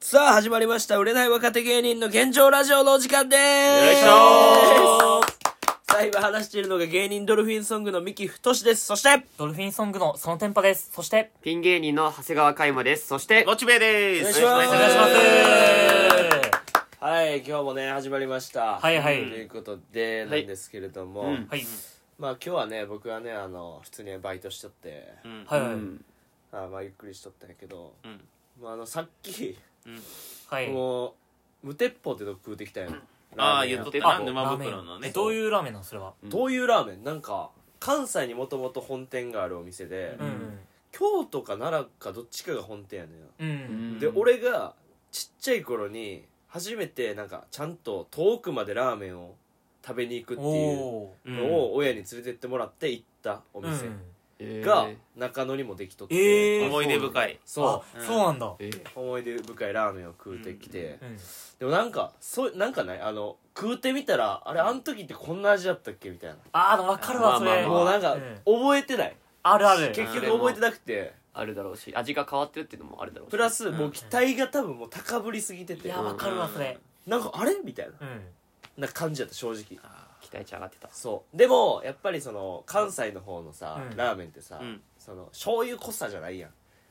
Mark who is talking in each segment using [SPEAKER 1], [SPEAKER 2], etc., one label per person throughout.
[SPEAKER 1] さあ、始まりました。売れない若手芸人の現状ラジオのお時間でーす。
[SPEAKER 2] よいしょ
[SPEAKER 1] さあ、今話しているのが芸人ドルフィンソングの三木太志です。そして、
[SPEAKER 3] ドルフィンソングのそのテンパです。そして、
[SPEAKER 2] ピン芸人の長谷川海馬です。そして、
[SPEAKER 4] モチベで
[SPEAKER 1] お願い
[SPEAKER 4] す
[SPEAKER 1] します
[SPEAKER 3] お願いします。
[SPEAKER 1] はい、今日もね、始まりました。
[SPEAKER 3] はいはい
[SPEAKER 1] ということで、なんですけれども、
[SPEAKER 4] うん
[SPEAKER 3] はい。
[SPEAKER 1] まあ今日はね、僕はね、あの、普通にバイトしとって、
[SPEAKER 4] うん
[SPEAKER 3] はいはい。
[SPEAKER 1] あまあゆっくりしとったんやけど、
[SPEAKER 4] うん
[SPEAKER 1] まあ、あの、さっき、
[SPEAKER 3] はい。
[SPEAKER 1] もう、無鉄砲ってとこ食うてきたよ。ラー
[SPEAKER 4] ああ
[SPEAKER 1] メン
[SPEAKER 4] 言
[SPEAKER 1] や
[SPEAKER 4] っと
[SPEAKER 1] っ
[SPEAKER 4] っ
[SPEAKER 1] て
[SPEAKER 4] た
[SPEAKER 3] あ
[SPEAKER 4] な沼袋の
[SPEAKER 3] え
[SPEAKER 4] ね
[SPEAKER 3] どういうラーメンなんそれは。
[SPEAKER 1] どういうラーメンなんか、関西にもともと本店があるお店で、
[SPEAKER 3] うん
[SPEAKER 1] 京都か奈良かどっちかが本店やねん
[SPEAKER 3] うん。うん。
[SPEAKER 1] で俺がちっちゃい頃に初めてなんかちゃんと遠くまでラーメンを食べに行くっていう
[SPEAKER 3] お
[SPEAKER 4] う
[SPEAKER 1] の
[SPEAKER 4] ん
[SPEAKER 1] を親に連れてってもらって行ったお
[SPEAKER 3] お
[SPEAKER 1] 店
[SPEAKER 2] えー
[SPEAKER 1] が中野にもできとって、
[SPEAKER 3] えー
[SPEAKER 4] 思い出深い
[SPEAKER 1] そ
[SPEAKER 3] あ、そうなんだ。
[SPEAKER 2] えー
[SPEAKER 1] う思い出深いラーメンを食うてきて、
[SPEAKER 3] うん。
[SPEAKER 1] でもなんかそうなんかないあの食うてみたらあれあの時ってこんな味だったっけみたいな、
[SPEAKER 3] あー、でもわかるわ、そ
[SPEAKER 4] まあまあ
[SPEAKER 3] れ。
[SPEAKER 4] まあ
[SPEAKER 1] もうなんか
[SPEAKER 3] ん
[SPEAKER 1] 覚えてない、
[SPEAKER 3] あるある。
[SPEAKER 1] 結局覚えてなくて
[SPEAKER 2] あるだろうし、味が変わってるっていうのもあるだろうし。
[SPEAKER 1] プラスもう期待が多分もう高ぶりすぎて
[SPEAKER 3] い
[SPEAKER 1] て
[SPEAKER 3] や、わかるわ、それ。
[SPEAKER 1] なんかあれみたいな
[SPEAKER 3] うん。
[SPEAKER 1] な感じだった正直
[SPEAKER 2] 期待値上がってた。
[SPEAKER 1] そうでもやっぱりその関西の方のさ、
[SPEAKER 3] うん
[SPEAKER 1] ラーメンってさ、
[SPEAKER 4] うん
[SPEAKER 1] その醤油濃さじゃないやん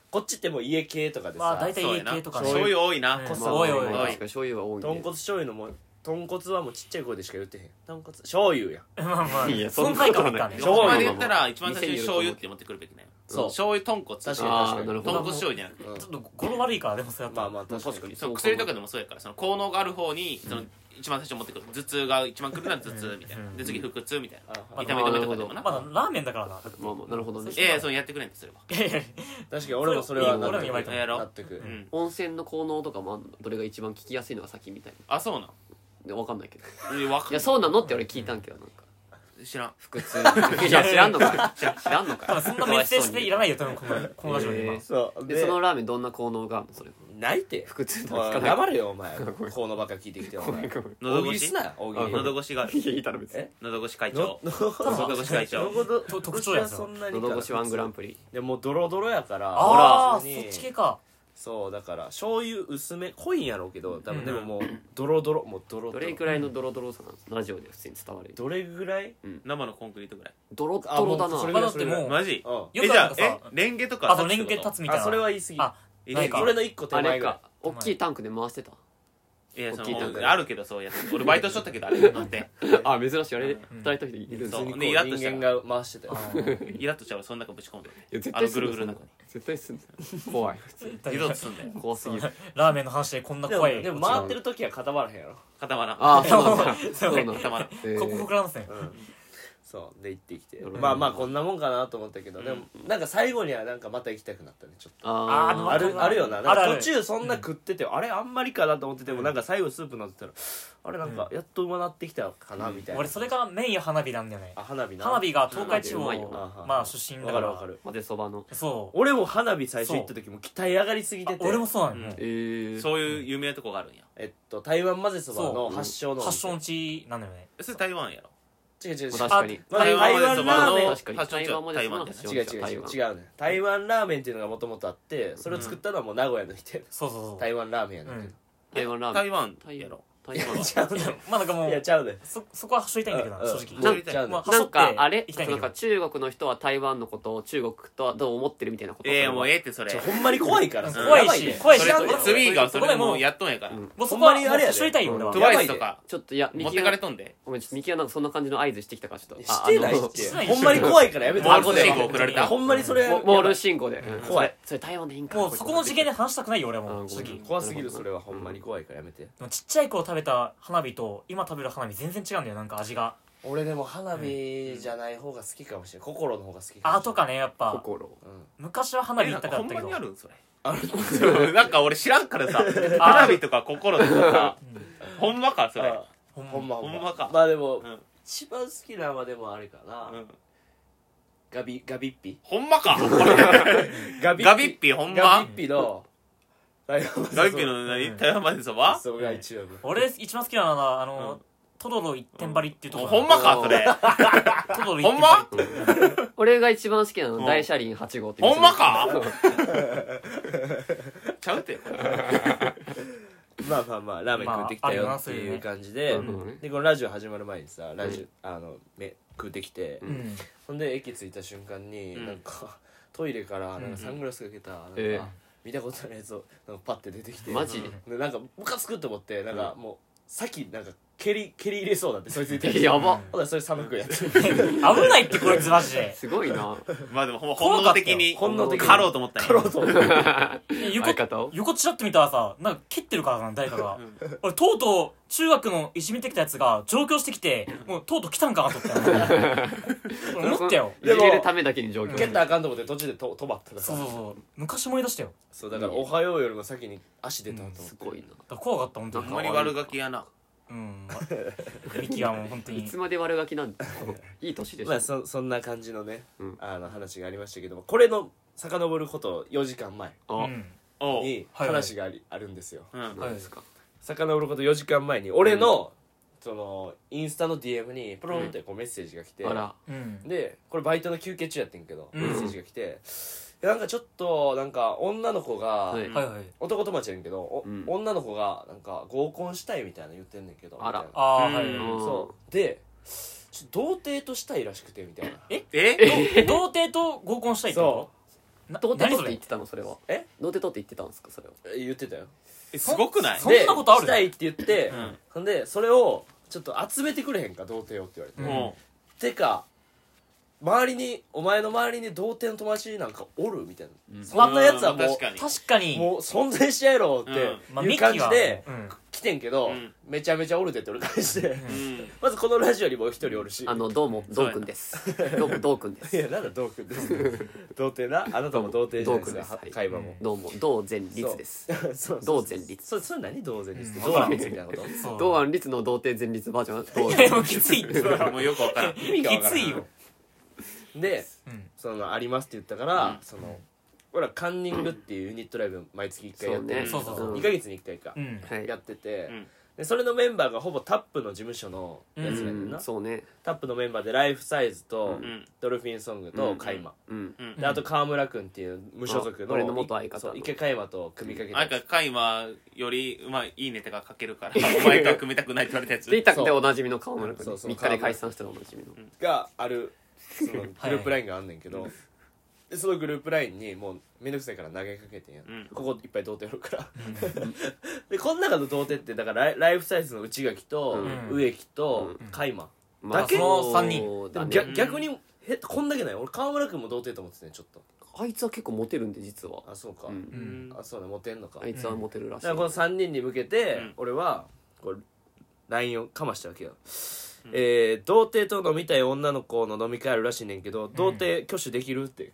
[SPEAKER 1] こっちってもう家系とかでさ、
[SPEAKER 3] まあ、大体
[SPEAKER 4] そうや
[SPEAKER 3] 家
[SPEAKER 4] な
[SPEAKER 3] 系とかね。
[SPEAKER 4] 醤油多いな
[SPEAKER 3] うん
[SPEAKER 4] こ
[SPEAKER 3] す
[SPEAKER 4] そ
[SPEAKER 3] ごい多い
[SPEAKER 2] 確
[SPEAKER 4] 多
[SPEAKER 2] かに
[SPEAKER 4] い
[SPEAKER 2] 醤油は多い
[SPEAKER 1] 豚
[SPEAKER 2] ね。
[SPEAKER 1] 骨醤油のも豚骨はもうちっちゃい声でしか言ってへん豚骨醤油やん
[SPEAKER 3] まあまあ、
[SPEAKER 2] いや
[SPEAKER 3] 存在感あったね
[SPEAKER 4] で。
[SPEAKER 1] そんなことな
[SPEAKER 4] もこま
[SPEAKER 1] い
[SPEAKER 4] で言ったら一番最初に
[SPEAKER 2] 店に
[SPEAKER 4] 醤
[SPEAKER 2] よ
[SPEAKER 4] 油っ
[SPEAKER 2] ると思う
[SPEAKER 4] て持ってくるべきね
[SPEAKER 1] そう
[SPEAKER 4] 醤油豚骨
[SPEAKER 1] 確
[SPEAKER 4] 豚
[SPEAKER 1] かに
[SPEAKER 2] あー
[SPEAKER 1] 確か
[SPEAKER 2] なる
[SPEAKER 1] に
[SPEAKER 2] ほど
[SPEAKER 4] 骨醤油じゃなくて
[SPEAKER 1] うん
[SPEAKER 3] ちょっと語呂悪いから、でもそうやった。
[SPEAKER 1] まあまあ確かに
[SPEAKER 2] 確かに
[SPEAKER 4] その薬とかでもそうやからその効能がある方にその一番最初に持ってくる頭痛が一番くるなら頭痛みたいな
[SPEAKER 3] うん
[SPEAKER 4] で次腹痛みたいな
[SPEAKER 1] あ
[SPEAKER 3] ま
[SPEAKER 4] 痛み止めとかでも
[SPEAKER 2] あ
[SPEAKER 4] な
[SPEAKER 3] まだラーメンだからな。
[SPEAKER 2] まあまあ、なるほどね
[SPEAKER 3] そ。う
[SPEAKER 4] ええそうやってくれんってすれば
[SPEAKER 3] いやいや
[SPEAKER 1] 確かに俺もそれは納
[SPEAKER 3] 俺も言われ
[SPEAKER 1] 得
[SPEAKER 3] たもん
[SPEAKER 4] やろ
[SPEAKER 1] 納得
[SPEAKER 4] う
[SPEAKER 3] うん
[SPEAKER 4] ん
[SPEAKER 2] 温泉の効能とかもあんのどれが一番聞きやすいのが先みたい
[SPEAKER 4] あそうなん
[SPEAKER 2] な。でわかんないけど。
[SPEAKER 4] えわかん
[SPEAKER 2] いや、そうなのって俺聞いたんけど、なんか。
[SPEAKER 4] 知らん
[SPEAKER 2] 腹痛。いや、知らんのかい。知らんの
[SPEAKER 3] 多分
[SPEAKER 2] かい。
[SPEAKER 3] そんなメッセージでいらないよ、多分この、このラジオに今。
[SPEAKER 2] えー
[SPEAKER 1] そう
[SPEAKER 2] で、その
[SPEAKER 1] で
[SPEAKER 2] ラーメンどんな効能があるのそれ。
[SPEAKER 1] 泣いて
[SPEAKER 2] 腹痛とか聞
[SPEAKER 1] お
[SPEAKER 2] か
[SPEAKER 1] い
[SPEAKER 2] ない。
[SPEAKER 1] 黙れよお前
[SPEAKER 2] ごめん
[SPEAKER 1] このばっか聞いてきてお
[SPEAKER 2] ご
[SPEAKER 1] 前
[SPEAKER 2] めんごめん。
[SPEAKER 1] 大喜
[SPEAKER 4] 喉
[SPEAKER 1] 利
[SPEAKER 4] 越
[SPEAKER 1] す
[SPEAKER 4] し
[SPEAKER 1] なよ大喜利
[SPEAKER 2] あ
[SPEAKER 4] 喉越しがある
[SPEAKER 2] いや、いいたら別に
[SPEAKER 1] え。
[SPEAKER 4] 喉越し会長
[SPEAKER 1] の
[SPEAKER 4] 喉越し会長
[SPEAKER 1] 喉
[SPEAKER 3] と特徴や
[SPEAKER 1] 腰はそんなに
[SPEAKER 2] 喉越しワングランプリ。
[SPEAKER 1] でもうドロドロやから
[SPEAKER 3] あ
[SPEAKER 1] 普
[SPEAKER 3] あ、そ
[SPEAKER 1] 通に
[SPEAKER 3] っち系か。
[SPEAKER 1] そうだから醤油薄め濃いんやろうけど多
[SPEAKER 3] う
[SPEAKER 1] 分
[SPEAKER 3] ん
[SPEAKER 1] でももうドロドロもうドロド
[SPEAKER 2] ど
[SPEAKER 1] ロ
[SPEAKER 2] れくらいのドロドロさなのラジオで普通に伝わる。
[SPEAKER 1] どれぐらい
[SPEAKER 4] 生のコンクリートぐらい
[SPEAKER 2] ドロッドロだ
[SPEAKER 1] あもうそれ
[SPEAKER 2] な。
[SPEAKER 3] まあだってもう、
[SPEAKER 4] マジ
[SPEAKER 1] うん
[SPEAKER 3] よく
[SPEAKER 4] えじ
[SPEAKER 3] な
[SPEAKER 4] ゃ
[SPEAKER 3] ん
[SPEAKER 4] あ
[SPEAKER 3] かさ
[SPEAKER 4] えレンゲとか
[SPEAKER 3] あ、そう、連携立つみたい
[SPEAKER 1] あ
[SPEAKER 3] な。
[SPEAKER 1] それは言い過ぎ
[SPEAKER 3] あ、
[SPEAKER 4] え
[SPEAKER 3] なんか
[SPEAKER 1] それの一個手
[SPEAKER 2] あ
[SPEAKER 1] 前
[SPEAKER 2] れ
[SPEAKER 1] ぐらい
[SPEAKER 2] か、大きいタンクで回してた。
[SPEAKER 4] いやそ
[SPEAKER 2] 大きいタン
[SPEAKER 4] の
[SPEAKER 2] ク
[SPEAKER 4] あるけどそうやつ俺バイトしとったけどあれ乗って
[SPEAKER 2] あ、珍しい。あれ、
[SPEAKER 3] ん
[SPEAKER 2] 働いた人いるんだ。
[SPEAKER 4] そ
[SPEAKER 2] いう
[SPEAKER 1] 普通
[SPEAKER 4] ね
[SPEAKER 1] に
[SPEAKER 4] イ
[SPEAKER 1] こ
[SPEAKER 4] ラ
[SPEAKER 1] う
[SPEAKER 4] ッとした
[SPEAKER 1] 人間が回してたよ
[SPEAKER 4] イラッとちゃうその中ぶち込んで
[SPEAKER 2] や、絶
[SPEAKER 4] あの
[SPEAKER 2] 対
[SPEAKER 4] ぐ
[SPEAKER 2] す
[SPEAKER 4] る
[SPEAKER 2] る
[SPEAKER 4] ぐるの中に
[SPEAKER 2] 絶対すんの。怖い。
[SPEAKER 4] 二度とすんだよ
[SPEAKER 2] 怖すぎる。
[SPEAKER 3] ラーメンの話でこんな
[SPEAKER 1] で
[SPEAKER 3] 怖い。
[SPEAKER 1] もでも回ってる時は固まらへんやろ
[SPEAKER 4] 固まらん
[SPEAKER 2] あー、そうなんだ。
[SPEAKER 3] そ
[SPEAKER 2] そうう
[SPEAKER 3] な
[SPEAKER 2] なんん
[SPEAKER 4] 固
[SPEAKER 3] だ
[SPEAKER 2] だ。
[SPEAKER 4] まらん
[SPEAKER 3] ここ膨らんすね。
[SPEAKER 1] そうで行ってきて
[SPEAKER 2] うん
[SPEAKER 1] まあまあこんなもんかなと思ったけど
[SPEAKER 4] ん
[SPEAKER 1] でもなんか最後にはなんかまた行きたくなったねちょっと
[SPEAKER 3] あーでも
[SPEAKER 1] あ
[SPEAKER 3] わか
[SPEAKER 1] る
[SPEAKER 3] わ
[SPEAKER 1] あるよな
[SPEAKER 3] ある
[SPEAKER 1] な
[SPEAKER 3] あ
[SPEAKER 1] ん
[SPEAKER 3] る
[SPEAKER 1] か途中そんな食っててあれあんまりかなと思っててもなんか最後スープなってたらあれなんかやっとうまなってきたかなみたいな
[SPEAKER 3] 俺、それがメイン花火なんだよね
[SPEAKER 1] あ。花火な
[SPEAKER 3] 花火が東海地
[SPEAKER 2] う
[SPEAKER 3] 方
[SPEAKER 2] まいよ
[SPEAKER 1] な、
[SPEAKER 3] まあ、出身
[SPEAKER 1] わ
[SPEAKER 3] だ
[SPEAKER 1] か
[SPEAKER 3] か。
[SPEAKER 1] るわからる
[SPEAKER 2] 混ぜそばの。
[SPEAKER 3] そう。
[SPEAKER 1] 俺も花火最初行った時も期待上がりすぎてて
[SPEAKER 3] 俺もそうなのよ
[SPEAKER 2] え。ー。
[SPEAKER 4] そういう有名なとこがあるんや
[SPEAKER 1] えっと台湾混ぜそばの発祥の
[SPEAKER 3] 発祥の地なんだよね。
[SPEAKER 4] それ台湾やろ
[SPEAKER 1] 違う違う違う
[SPEAKER 2] 確かに。
[SPEAKER 1] まあ台湾ラーメン
[SPEAKER 2] 確かに。台湾もです
[SPEAKER 4] 台
[SPEAKER 2] も
[SPEAKER 4] 湾
[SPEAKER 2] ん
[SPEAKER 4] で
[SPEAKER 2] ね
[SPEAKER 4] す
[SPEAKER 1] 違う違う違う違うね台湾ラーメンっていうのがもともとあってそれを作ったのはもう名古屋の人やね
[SPEAKER 3] そうそうそう。
[SPEAKER 1] 台湾ラーメンやねんけど
[SPEAKER 2] 台湾ラーメ
[SPEAKER 4] 台
[SPEAKER 2] ン。
[SPEAKER 4] 湾やろ
[SPEAKER 2] 台湾。
[SPEAKER 1] ちゃうね
[SPEAKER 3] まあ、なんかも
[SPEAKER 1] いや
[SPEAKER 3] う、
[SPEAKER 1] ちゃうね
[SPEAKER 3] そ、そこは走りたいんだけどな、正
[SPEAKER 1] う
[SPEAKER 3] 直
[SPEAKER 1] ん。
[SPEAKER 2] なん
[SPEAKER 1] ちゃうね
[SPEAKER 3] ま
[SPEAKER 2] なんかあれ
[SPEAKER 3] 行きたいんだ
[SPEAKER 2] なん
[SPEAKER 3] けど
[SPEAKER 2] か中国の人は台湾のことを中国とはどう思ってるみたいなこと
[SPEAKER 4] ええもうええってそれ
[SPEAKER 1] ちょ
[SPEAKER 4] そ
[SPEAKER 1] ほんまに怖いから
[SPEAKER 3] うん怖いし怖いし
[SPEAKER 4] れ
[SPEAKER 1] や
[SPEAKER 3] 知
[SPEAKER 1] ばい
[SPEAKER 3] らん
[SPEAKER 4] ツイーがそれ
[SPEAKER 3] ごめんも
[SPEAKER 4] も
[SPEAKER 3] う
[SPEAKER 4] うやっとんやから
[SPEAKER 2] ん
[SPEAKER 3] もうそこ
[SPEAKER 1] ほ
[SPEAKER 3] は、
[SPEAKER 1] んまにあれやで
[SPEAKER 3] 走りたいよ、俺は
[SPEAKER 4] ト。
[SPEAKER 1] やば
[SPEAKER 4] ワ
[SPEAKER 1] いで
[SPEAKER 4] イスとか
[SPEAKER 2] ちょっといや
[SPEAKER 4] 持
[SPEAKER 2] ミ
[SPEAKER 4] っ
[SPEAKER 2] キ
[SPEAKER 4] てか
[SPEAKER 2] が
[SPEAKER 4] れとんで
[SPEAKER 2] ごめんちょっとミキがなんかそんな感じの合図してきたからちょっとあ
[SPEAKER 1] してない
[SPEAKER 2] あの
[SPEAKER 1] ってほんまに怖いからやめて
[SPEAKER 4] モール信号送られた
[SPEAKER 1] ほんまにそれ
[SPEAKER 2] モモール信号でうん
[SPEAKER 1] 怖い
[SPEAKER 2] それそれ台湾でいいんか
[SPEAKER 3] もう、そこの次元で話したくないよ、俺は
[SPEAKER 2] う
[SPEAKER 3] もう、
[SPEAKER 2] ん
[SPEAKER 3] 正直。
[SPEAKER 1] 怖すぎるそれはほんまに怖いからやめて
[SPEAKER 3] でもちっちゃい頃食べた花火と今食べる花火全然違うんだよなんか味が
[SPEAKER 1] 俺でも花火じゃない方が好きかもしれない心の方が好きもしれん
[SPEAKER 3] あとかねやっぱ
[SPEAKER 2] 心
[SPEAKER 1] うん
[SPEAKER 3] 昔は花火行ったか
[SPEAKER 4] ほ
[SPEAKER 3] っ
[SPEAKER 4] ん
[SPEAKER 3] た
[SPEAKER 4] ま
[SPEAKER 3] けど
[SPEAKER 4] にあるんそれそう なんか俺知らんからさ花火とか心とかさほんまかそれ
[SPEAKER 1] あ
[SPEAKER 3] ほんま
[SPEAKER 1] ほんま
[SPEAKER 4] ほんまか
[SPEAKER 1] まあでも
[SPEAKER 4] うん
[SPEAKER 1] 一番好きなのはでもあれかな
[SPEAKER 4] うん
[SPEAKER 1] ガビガビッピ
[SPEAKER 4] ほんまかこれ
[SPEAKER 1] ガ
[SPEAKER 4] ガビッピほん
[SPEAKER 1] ガ
[SPEAKER 4] ま
[SPEAKER 1] ビッピのガビッ
[SPEAKER 4] ガビッピの何台湾までそば
[SPEAKER 1] そが一番
[SPEAKER 3] 俺一番好きなのはあ
[SPEAKER 4] う
[SPEAKER 3] のトロロ一点張りっていうとこ
[SPEAKER 4] ほんまかそれ
[SPEAKER 3] トロロ一
[SPEAKER 4] ほん
[SPEAKER 3] 点
[SPEAKER 4] ま
[SPEAKER 3] 張
[SPEAKER 2] 俺が一番好きなの
[SPEAKER 4] うん
[SPEAKER 2] 大車輪8号って
[SPEAKER 4] ほんまかちゃうってこれ
[SPEAKER 1] まあまあまあラーメン食ってきたよっていう感じで、
[SPEAKER 2] まああるよなそういうね
[SPEAKER 1] でこのラジオ始まる前にさラジオ、あのめ食ってきて、
[SPEAKER 2] う
[SPEAKER 3] うん
[SPEAKER 1] ほんで駅着いた瞬間に、
[SPEAKER 4] うん
[SPEAKER 1] なんか トイレからなんかサングラスかけた、なんか
[SPEAKER 2] ええ
[SPEAKER 1] 見たことないやつをなんかパッて出てきて
[SPEAKER 2] マジで
[SPEAKER 1] でなんかムカつくと思ってなんかもう先なんか蹴り蹴り入れそうだってそいつに対して
[SPEAKER 2] やば
[SPEAKER 1] ほんならそれ寒くやって
[SPEAKER 3] 危ないってこいつマジです
[SPEAKER 2] ごいな
[SPEAKER 4] まあでもほんま本能的に
[SPEAKER 1] 本能的に
[SPEAKER 4] 狩ろうと思ったんや
[SPEAKER 1] かろうと思って
[SPEAKER 3] 横
[SPEAKER 2] 相方を
[SPEAKER 3] 横ちらっと見たらさなんか蹴ってるからな誰かが俺とうとう中学のいじめてきたやつが上京してきてもうとうとう来たんかなと思ったよ 俺思ったよ
[SPEAKER 2] いじれるためだけに上京
[SPEAKER 1] 蹴ったらあかんと思って途中でと止まった
[SPEAKER 3] そうそうそう昔思い出したよ
[SPEAKER 1] そうだから「おはよう」よりも先に足出たと思って、
[SPEAKER 2] すごい
[SPEAKER 3] だから怖かった本当
[SPEAKER 4] ほ
[SPEAKER 3] に
[SPEAKER 4] んまに悪ガキやな
[SPEAKER 3] うんミキはもう本当
[SPEAKER 2] ない
[SPEAKER 3] に
[SPEAKER 2] つまで悪ガキなんていい年でし
[SPEAKER 1] まあ
[SPEAKER 2] ょ
[SPEAKER 1] そそんな感じのね、
[SPEAKER 2] うん
[SPEAKER 1] あの話がありましたけどもこれの遡ること4時間前
[SPEAKER 2] あ
[SPEAKER 3] うん
[SPEAKER 4] おう
[SPEAKER 1] に
[SPEAKER 3] はいはい
[SPEAKER 1] 話があり、あるんですよ
[SPEAKER 4] うん
[SPEAKER 2] 何ですか
[SPEAKER 1] 遡ること4時間前に俺の、そのインスタの DM にプロンってこうメッセージが来て、
[SPEAKER 2] あら
[SPEAKER 3] うん
[SPEAKER 1] でこれバイトの休憩中やってんけど、
[SPEAKER 3] うん
[SPEAKER 1] メッセージが来ていやなんかちょっとなんか女の子が、
[SPEAKER 2] はい
[SPEAKER 3] はいはい
[SPEAKER 1] 男友達やねんけど、お
[SPEAKER 2] うん
[SPEAKER 1] 女の子がなんか合コンしたいみたいな言ってんねんけど
[SPEAKER 2] あら
[SPEAKER 1] みたいな
[SPEAKER 3] ああー
[SPEAKER 4] うん
[SPEAKER 3] はい
[SPEAKER 2] うん
[SPEAKER 1] そうでちょ童貞としたいらしくてみたいな
[SPEAKER 4] え
[SPEAKER 3] 童貞と合コンしたいってこ
[SPEAKER 1] そ
[SPEAKER 3] とな
[SPEAKER 2] 童貞
[SPEAKER 3] 何
[SPEAKER 2] と
[SPEAKER 3] そ
[SPEAKER 2] って言
[SPEAKER 3] れ
[SPEAKER 2] ってたのそれは
[SPEAKER 1] え
[SPEAKER 2] 童貞とって言ってたんですかそれは
[SPEAKER 1] え言ってたよ
[SPEAKER 4] えすごくない
[SPEAKER 3] そんなことある
[SPEAKER 1] でしたいって言って、
[SPEAKER 4] うん
[SPEAKER 1] ほんでそれをちょっと集めてくれへんか童貞をって言われて、
[SPEAKER 3] うん
[SPEAKER 4] おう
[SPEAKER 1] てか周りにお前の周りに童貞の友達なんかおるみたいな、
[SPEAKER 2] うん
[SPEAKER 1] そんなやつはもう
[SPEAKER 4] うん確かに
[SPEAKER 3] 確かに
[SPEAKER 1] もう存在しややろって
[SPEAKER 3] まあ
[SPEAKER 1] いう
[SPEAKER 3] ミキ
[SPEAKER 1] 感じ
[SPEAKER 3] は
[SPEAKER 1] で
[SPEAKER 3] うん
[SPEAKER 1] 来てんけど、
[SPEAKER 4] うん
[SPEAKER 1] めちゃめちゃおるでって俺返して、
[SPEAKER 4] うん
[SPEAKER 1] まずこのラジオにもう一人おるし
[SPEAKER 2] あのどうも
[SPEAKER 4] そう
[SPEAKER 2] ど
[SPEAKER 4] や
[SPEAKER 2] う
[SPEAKER 4] な
[SPEAKER 2] くんですどうもどうくんで
[SPEAKER 1] い
[SPEAKER 2] す
[SPEAKER 1] やなんだ童君です童貞なあなたも童貞じゃないですか
[SPEAKER 2] 童君です
[SPEAKER 1] 会話も
[SPEAKER 2] どうもどう全律です
[SPEAKER 1] そう そう
[SPEAKER 2] どう全律
[SPEAKER 1] そそれ何同然律って
[SPEAKER 3] うん
[SPEAKER 1] どうなんみたいなこと
[SPEAKER 3] そう
[SPEAKER 2] どうあん律の童貞全律バージョンどう
[SPEAKER 3] いやもうきついってそれは
[SPEAKER 4] もうよくわからん
[SPEAKER 1] 意味がわからん
[SPEAKER 3] きついよ
[SPEAKER 1] で
[SPEAKER 3] うん
[SPEAKER 1] そのありますって言ったから、
[SPEAKER 4] うん
[SPEAKER 1] その俺らカンニングっていうユニットライブ毎月1回やってるんですけど
[SPEAKER 3] そうねそうそうそう
[SPEAKER 1] 2ヶ月に1回か、
[SPEAKER 3] うん
[SPEAKER 2] はい
[SPEAKER 1] やってて、
[SPEAKER 4] うん
[SPEAKER 1] でそれのメンバーがほぼタップの事務所のやつや
[SPEAKER 2] う
[SPEAKER 1] ねんな、
[SPEAKER 2] んそうね
[SPEAKER 1] タップのメンバーでライフサイズと、
[SPEAKER 4] うん
[SPEAKER 1] ドルフィンソングと
[SPEAKER 2] うん
[SPEAKER 1] カイマ、
[SPEAKER 2] うん
[SPEAKER 4] うん
[SPEAKER 1] であと川村君っていう無所属の
[SPEAKER 2] あ俺の元相方
[SPEAKER 1] そう一回カイマと組みかけて、
[SPEAKER 4] なんかカイマよりまあいいねとか書ける からお前とは組みたくないって言われたやつ
[SPEAKER 2] でいたくておなじみの川村
[SPEAKER 1] そ
[SPEAKER 2] 君
[SPEAKER 1] うそう
[SPEAKER 2] 3日で解散したのおなじみの
[SPEAKER 1] があるそのグループラインがあんねんけど、でそのグループラインにもうめんどくさいから投げかけてんやん、
[SPEAKER 4] うん
[SPEAKER 1] ここいっぱい童貞おるからでこの中の童貞ってだからライライフサイズの内垣と
[SPEAKER 3] うん
[SPEAKER 1] 植木と
[SPEAKER 2] う
[SPEAKER 1] 海馬、
[SPEAKER 2] まあ
[SPEAKER 1] だけ
[SPEAKER 2] そう
[SPEAKER 3] 三人
[SPEAKER 1] で
[SPEAKER 2] だ
[SPEAKER 1] も
[SPEAKER 2] ね
[SPEAKER 1] 逆逆にへこんだけない俺川村君も童貞と思ってたねちょっと
[SPEAKER 2] あいつは結構モテるんで実は
[SPEAKER 1] あそうか、
[SPEAKER 2] うん
[SPEAKER 3] う
[SPEAKER 4] うんん
[SPEAKER 1] あそうだモテんのか、
[SPEAKER 2] あいつはモテるらしい
[SPEAKER 1] だからこの3人に向けて、
[SPEAKER 4] うん
[SPEAKER 1] 俺はこう LINE をかましたわけよ、えー童貞と飲みたい女の子の飲み会あるらしいねんけど童貞挙手できるって、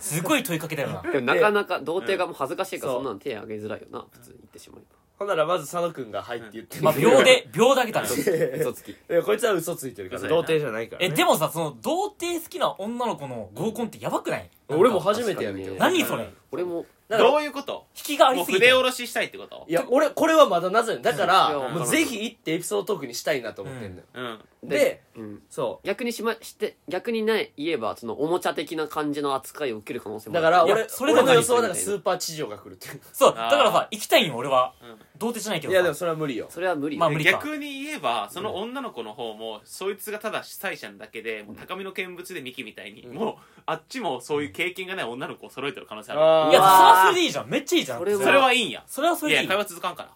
[SPEAKER 3] すごい問いかけだよな
[SPEAKER 2] でもなかなか童貞がもう恥ずかしいから
[SPEAKER 1] うん
[SPEAKER 2] そんなの手挙げづらいよな普通に言ってしまえ
[SPEAKER 1] ほんならまず佐野くんが「はい」って言ってん
[SPEAKER 3] ま
[SPEAKER 1] ね
[SPEAKER 3] あ
[SPEAKER 1] んけど
[SPEAKER 3] 秒で秒であげたら
[SPEAKER 2] ば嘘つき
[SPEAKER 1] いやこいつは嘘ついてるから
[SPEAKER 4] 嘘やな
[SPEAKER 1] 童貞じゃないから、ね、
[SPEAKER 3] えでもさその童貞好きな女の子の合コンってやばくない
[SPEAKER 1] 俺も初めてやねんけど
[SPEAKER 2] 確か
[SPEAKER 3] 何それ引
[SPEAKER 2] 俺も
[SPEAKER 1] だから
[SPEAKER 4] どういうこと
[SPEAKER 3] きがあ
[SPEAKER 4] も
[SPEAKER 3] り
[SPEAKER 4] う
[SPEAKER 3] すぎ
[SPEAKER 4] 筆
[SPEAKER 3] て
[SPEAKER 4] 下ろししたいってこと
[SPEAKER 1] いや俺これはまだなぜだから、
[SPEAKER 2] うん
[SPEAKER 1] もうぜひ行ってエピソードトークにしたいなと思ってんのよ、
[SPEAKER 4] うん
[SPEAKER 1] で
[SPEAKER 2] うん
[SPEAKER 1] そ
[SPEAKER 2] 逆にしまして逆にね言えばそのおもちゃ的な感じの扱いを受ける可能性
[SPEAKER 1] う
[SPEAKER 2] もあ
[SPEAKER 1] だ
[SPEAKER 2] る
[SPEAKER 1] から
[SPEAKER 3] いや
[SPEAKER 1] 俺
[SPEAKER 3] それで
[SPEAKER 1] 俺
[SPEAKER 3] も
[SPEAKER 1] の予想はなんか
[SPEAKER 2] いい
[SPEAKER 1] スーパー地上が来るっていう
[SPEAKER 3] そうだからさ行きたいんよ俺は
[SPEAKER 4] うん
[SPEAKER 3] 童貞じゃないけど
[SPEAKER 1] い
[SPEAKER 3] さ
[SPEAKER 1] やでもそれは無理よ
[SPEAKER 2] それは無理
[SPEAKER 3] まあ
[SPEAKER 2] よ
[SPEAKER 3] 無理か
[SPEAKER 4] 逆に言えばその女の子の方もそいつがただ主催者なだけでもう高みの見物でミキみたいに、
[SPEAKER 1] うん
[SPEAKER 4] もうあっちもそういう経験がない女の子を揃えてる可能性あ
[SPEAKER 1] あ
[SPEAKER 3] いや
[SPEAKER 1] ー
[SPEAKER 3] それはそれでいいじゃんめっちゃいいじゃん
[SPEAKER 2] それ
[SPEAKER 4] る
[SPEAKER 2] ー
[SPEAKER 4] それはいいんや
[SPEAKER 3] それはそ
[SPEAKER 4] い
[SPEAKER 3] れで
[SPEAKER 4] や
[SPEAKER 3] いい
[SPEAKER 4] 会話続かんから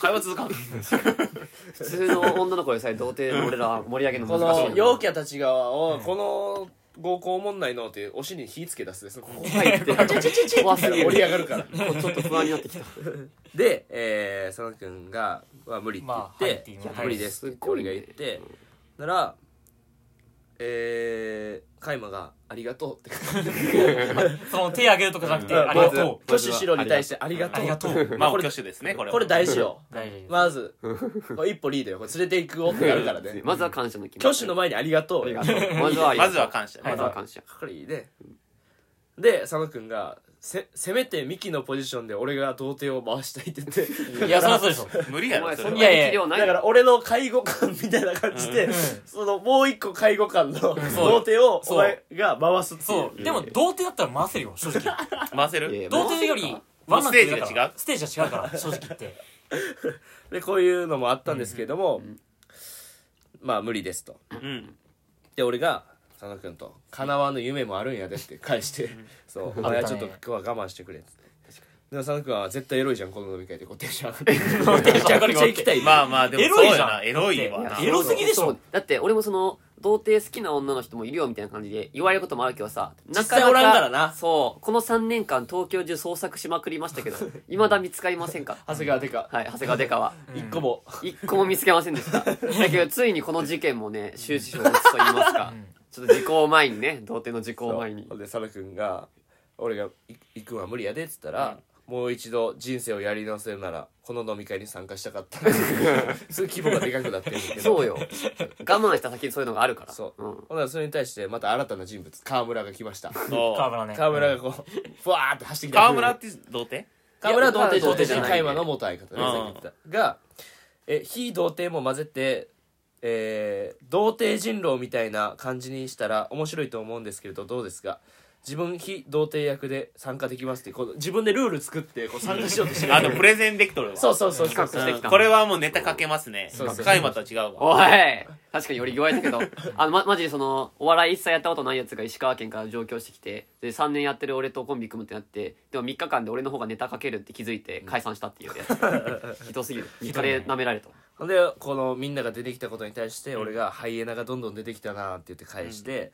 [SPEAKER 4] 会話続かん
[SPEAKER 2] 普通の女の子でさえ童貞の俺ら は盛り上げる
[SPEAKER 1] こ
[SPEAKER 2] の難しい
[SPEAKER 1] の
[SPEAKER 2] よ
[SPEAKER 1] 陽キャたち側を、
[SPEAKER 3] うん
[SPEAKER 1] この合コンおもんないのってお尻に火つけ出すですここ
[SPEAKER 2] 入 って怖す
[SPEAKER 1] 盛
[SPEAKER 2] ぎ
[SPEAKER 1] り
[SPEAKER 2] る
[SPEAKER 1] 上がるから
[SPEAKER 2] もうちょっと不安になってきた
[SPEAKER 1] で、えー、佐野くんが、まあ、無理って
[SPEAKER 3] まあ
[SPEAKER 1] 言
[SPEAKER 3] は
[SPEAKER 1] っ
[SPEAKER 3] いって
[SPEAKER 1] て
[SPEAKER 3] 言い
[SPEAKER 1] 「
[SPEAKER 3] ます
[SPEAKER 1] いや無理です」って俺が言ってならえー、カイマが「ありがとう」って
[SPEAKER 3] その手挙げるとかじゃなくて
[SPEAKER 1] うん
[SPEAKER 3] ありがと
[SPEAKER 1] 挙手しろに対して「ありが
[SPEAKER 3] うあ
[SPEAKER 1] とう」
[SPEAKER 3] りがと う
[SPEAKER 4] まあ
[SPEAKER 1] これ
[SPEAKER 4] 挙手ですねこれは
[SPEAKER 1] これ大事よ
[SPEAKER 3] 大事
[SPEAKER 1] まずこれ一歩リードよこれ連れて行くよってやるからね
[SPEAKER 2] まずは感謝の気持ち
[SPEAKER 1] 挙手の前に「ありがと
[SPEAKER 2] あ
[SPEAKER 1] う
[SPEAKER 2] り
[SPEAKER 1] よ」
[SPEAKER 2] がとうまずはありが
[SPEAKER 4] ま
[SPEAKER 2] とう
[SPEAKER 4] ずは感謝、
[SPEAKER 2] まずは感謝
[SPEAKER 1] これいいねで佐野くんがせせめてミキのポジションで俺が童貞を回したいって言って
[SPEAKER 3] いやそりゃそうでしょ
[SPEAKER 4] 無理
[SPEAKER 2] お
[SPEAKER 4] やろ
[SPEAKER 2] 前
[SPEAKER 4] そ
[SPEAKER 2] そ
[SPEAKER 4] れ
[SPEAKER 2] ん
[SPEAKER 4] は
[SPEAKER 2] な力量な
[SPEAKER 1] だか
[SPEAKER 2] いよ
[SPEAKER 1] ら俺の介護官みたいな感じで、
[SPEAKER 3] ん
[SPEAKER 1] そのもう一個介護官の童
[SPEAKER 3] そう
[SPEAKER 1] 貞を
[SPEAKER 3] そ
[SPEAKER 1] お
[SPEAKER 3] う
[SPEAKER 1] 前が回すってい
[SPEAKER 3] そううでも童貞だったら回せるよ正直
[SPEAKER 4] 回せ
[SPEAKER 2] いやいや
[SPEAKER 4] る
[SPEAKER 3] 童貞よりワンランク上だか
[SPEAKER 4] もう
[SPEAKER 3] らステージが違うから正直言って
[SPEAKER 1] でこういうのもあったんですけれども、まあ無理ですと
[SPEAKER 4] うん
[SPEAKER 1] で俺が佐野君と「かなわぬ夢もあるんやで」って返して「そうお前はちょっと今日は我慢してくれ」っつって。でも佐野君は絶対エロいじゃんこの飲み会 でこうテンション上がってめちゃくちゃ行きたい
[SPEAKER 4] まあまあでも
[SPEAKER 3] エ
[SPEAKER 4] そう
[SPEAKER 3] ロい
[SPEAKER 4] や
[SPEAKER 3] じゃ
[SPEAKER 4] なんエロいわ
[SPEAKER 3] だ
[SPEAKER 4] な
[SPEAKER 3] ってエロすぎでし
[SPEAKER 2] そ
[SPEAKER 3] ょ
[SPEAKER 2] うだって俺もその童貞好きな女の人もいるよみたいな感じで言われることもあるけどさな
[SPEAKER 1] 際おらんからな
[SPEAKER 2] そうこの3年間東京中捜索しまくりましたけどいまだ見つかりませんか
[SPEAKER 1] 長谷川でか
[SPEAKER 2] はい長谷川デカは
[SPEAKER 1] 一個も
[SPEAKER 2] 一個も見つけませんで しただけどついにこの事件もね終止符を打つと言いますかちょっと時効前にね童貞の時効前に
[SPEAKER 1] そうで佐野君が「俺がい行くんは無理やで」っつったら、もう一度人生をやり直せるならこの飲み会に参加したかった」 そういう規模がでかくなってるんだけど
[SPEAKER 2] そうよ我慢した先にそういうのがあるから
[SPEAKER 1] そう、
[SPEAKER 2] うん
[SPEAKER 1] ほんならそれに対してまた新たな人物川村が来ました
[SPEAKER 4] そう
[SPEAKER 3] 河村ね
[SPEAKER 1] 川村がこうふわーって走ってきた
[SPEAKER 4] 川村って童貞
[SPEAKER 1] 河村は童貞
[SPEAKER 2] い
[SPEAKER 1] 童貞
[SPEAKER 2] や
[SPEAKER 1] じゃ
[SPEAKER 2] 童貞じゃな
[SPEAKER 1] ないい海馬の元相方ね
[SPEAKER 4] うん
[SPEAKER 1] さっき言ったがえ非童貞も混ぜてえー童貞人狼みたいな感じにしたら面白いと思うんですけれどどうですか自分非童貞役で参加できますってこう自分でルール作ってこう参加しようとしてる
[SPEAKER 4] あのプレゼンできとるわ
[SPEAKER 1] そうそうそうそう
[SPEAKER 2] 企画してきた
[SPEAKER 4] これはもうネタかけますね
[SPEAKER 1] そうそう
[SPEAKER 4] 海馬とは違うわ
[SPEAKER 2] おい確かにより弱いだけど あの、ま、マジでそのお笑い一切やったことないやつが石川県から上京してきてで3年やってる俺とコンビ組むってなってでも3日間で俺の方がネタかけるって気づいて解散したっていうや つひどすぎるイカで舐められた
[SPEAKER 1] ほんでこのみんなが出てきたことに対して俺が「ハイエナがどんどん出てきたな」って言って返して、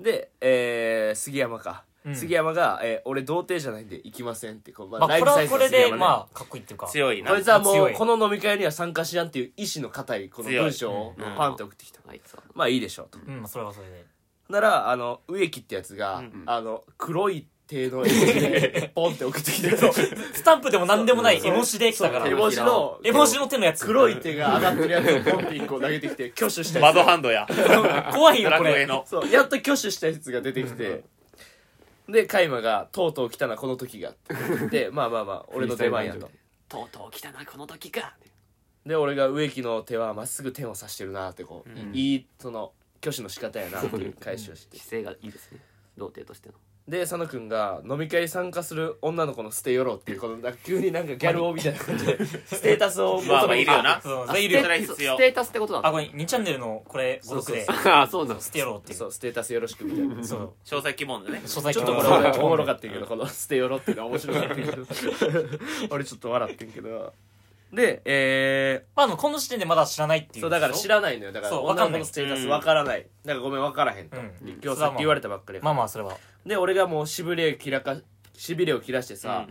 [SPEAKER 1] で、えー杉山か、
[SPEAKER 3] ん
[SPEAKER 1] 杉山が、えー俺童貞じゃないんで行きません」ってこう、ま
[SPEAKER 3] まあこれはこれで
[SPEAKER 1] ね
[SPEAKER 3] まあかっこいいっていうか
[SPEAKER 4] 強いな
[SPEAKER 1] こいつはも
[SPEAKER 3] 強
[SPEAKER 1] う
[SPEAKER 3] い
[SPEAKER 1] この飲み会には参加しやんっていう意志の固いこの
[SPEAKER 4] 強い
[SPEAKER 1] 文章を
[SPEAKER 2] うん
[SPEAKER 1] パンって送ってきた、
[SPEAKER 2] あいつは
[SPEAKER 1] まあいいでしょうと、
[SPEAKER 3] うんまあそれはそれで
[SPEAKER 1] ならあの植木ってやつが、あの黒い手の絵文字でポンって送って きたと
[SPEAKER 3] スタンプでも何でもない絵文字できたから
[SPEAKER 1] 絵文字の
[SPEAKER 3] 絵文字の手のやつ
[SPEAKER 1] 黒い手が上がってるやつをポンって一個投げてきて挙手したやつ
[SPEAKER 4] 窓ハンドや
[SPEAKER 3] 怖
[SPEAKER 4] ド
[SPEAKER 3] いよ
[SPEAKER 4] ラ
[SPEAKER 3] こ
[SPEAKER 4] クエ
[SPEAKER 3] れ
[SPEAKER 4] の
[SPEAKER 1] そうやっと挙手したやつが出てきてでカイマが「とうとう来たなこの時が」って言ってまあまあまあ俺の出番やと
[SPEAKER 2] とうとう来たなこの時か
[SPEAKER 1] で俺が植木の手はまっすぐ天を指してるなってこう、いいその挙手の仕方やなっていう返しをして
[SPEAKER 2] 姿勢がいいですね童貞としての
[SPEAKER 1] で佐野くんが飲み会に参加する女の子の捨てよろっていうこのなんか急になんかギャル王みたいな感じでステータスを
[SPEAKER 4] まあ
[SPEAKER 1] 求
[SPEAKER 4] まあ
[SPEAKER 1] め
[SPEAKER 4] い
[SPEAKER 1] て
[SPEAKER 4] るよな
[SPEAKER 3] そ
[SPEAKER 4] そ
[SPEAKER 3] うそ
[SPEAKER 4] れ
[SPEAKER 3] れ
[SPEAKER 4] い
[SPEAKER 3] い
[SPEAKER 4] るよ
[SPEAKER 3] るよ
[SPEAKER 4] それは必要
[SPEAKER 2] ステータスってことだ
[SPEAKER 3] あこれ2チャンネルのこれ語録で
[SPEAKER 2] ああそうなの
[SPEAKER 3] 捨てやろうっていう
[SPEAKER 1] そうステータスよろしくみたいなち
[SPEAKER 3] そう
[SPEAKER 4] 詳細記問でね
[SPEAKER 3] 書籍
[SPEAKER 1] ょっとこれ俺おもろかったんやけどこの捨てよろっていうのは面白かったんやけど俺ちょっと笑ってんけど でえ
[SPEAKER 3] まああのこの時点でまだ知らないって
[SPEAKER 1] ー、
[SPEAKER 3] いう
[SPEAKER 1] そうだから知らないのよだから
[SPEAKER 3] そう
[SPEAKER 1] 女の子
[SPEAKER 3] わかんな
[SPEAKER 1] の
[SPEAKER 3] い
[SPEAKER 1] ステータスわからない、だからごめんわからへんと、
[SPEAKER 3] うん
[SPEAKER 1] 今日さっき言われたばっかりやから
[SPEAKER 3] まあまあそれは
[SPEAKER 1] で俺がもうしびれを切らかしびれを切らしてさ、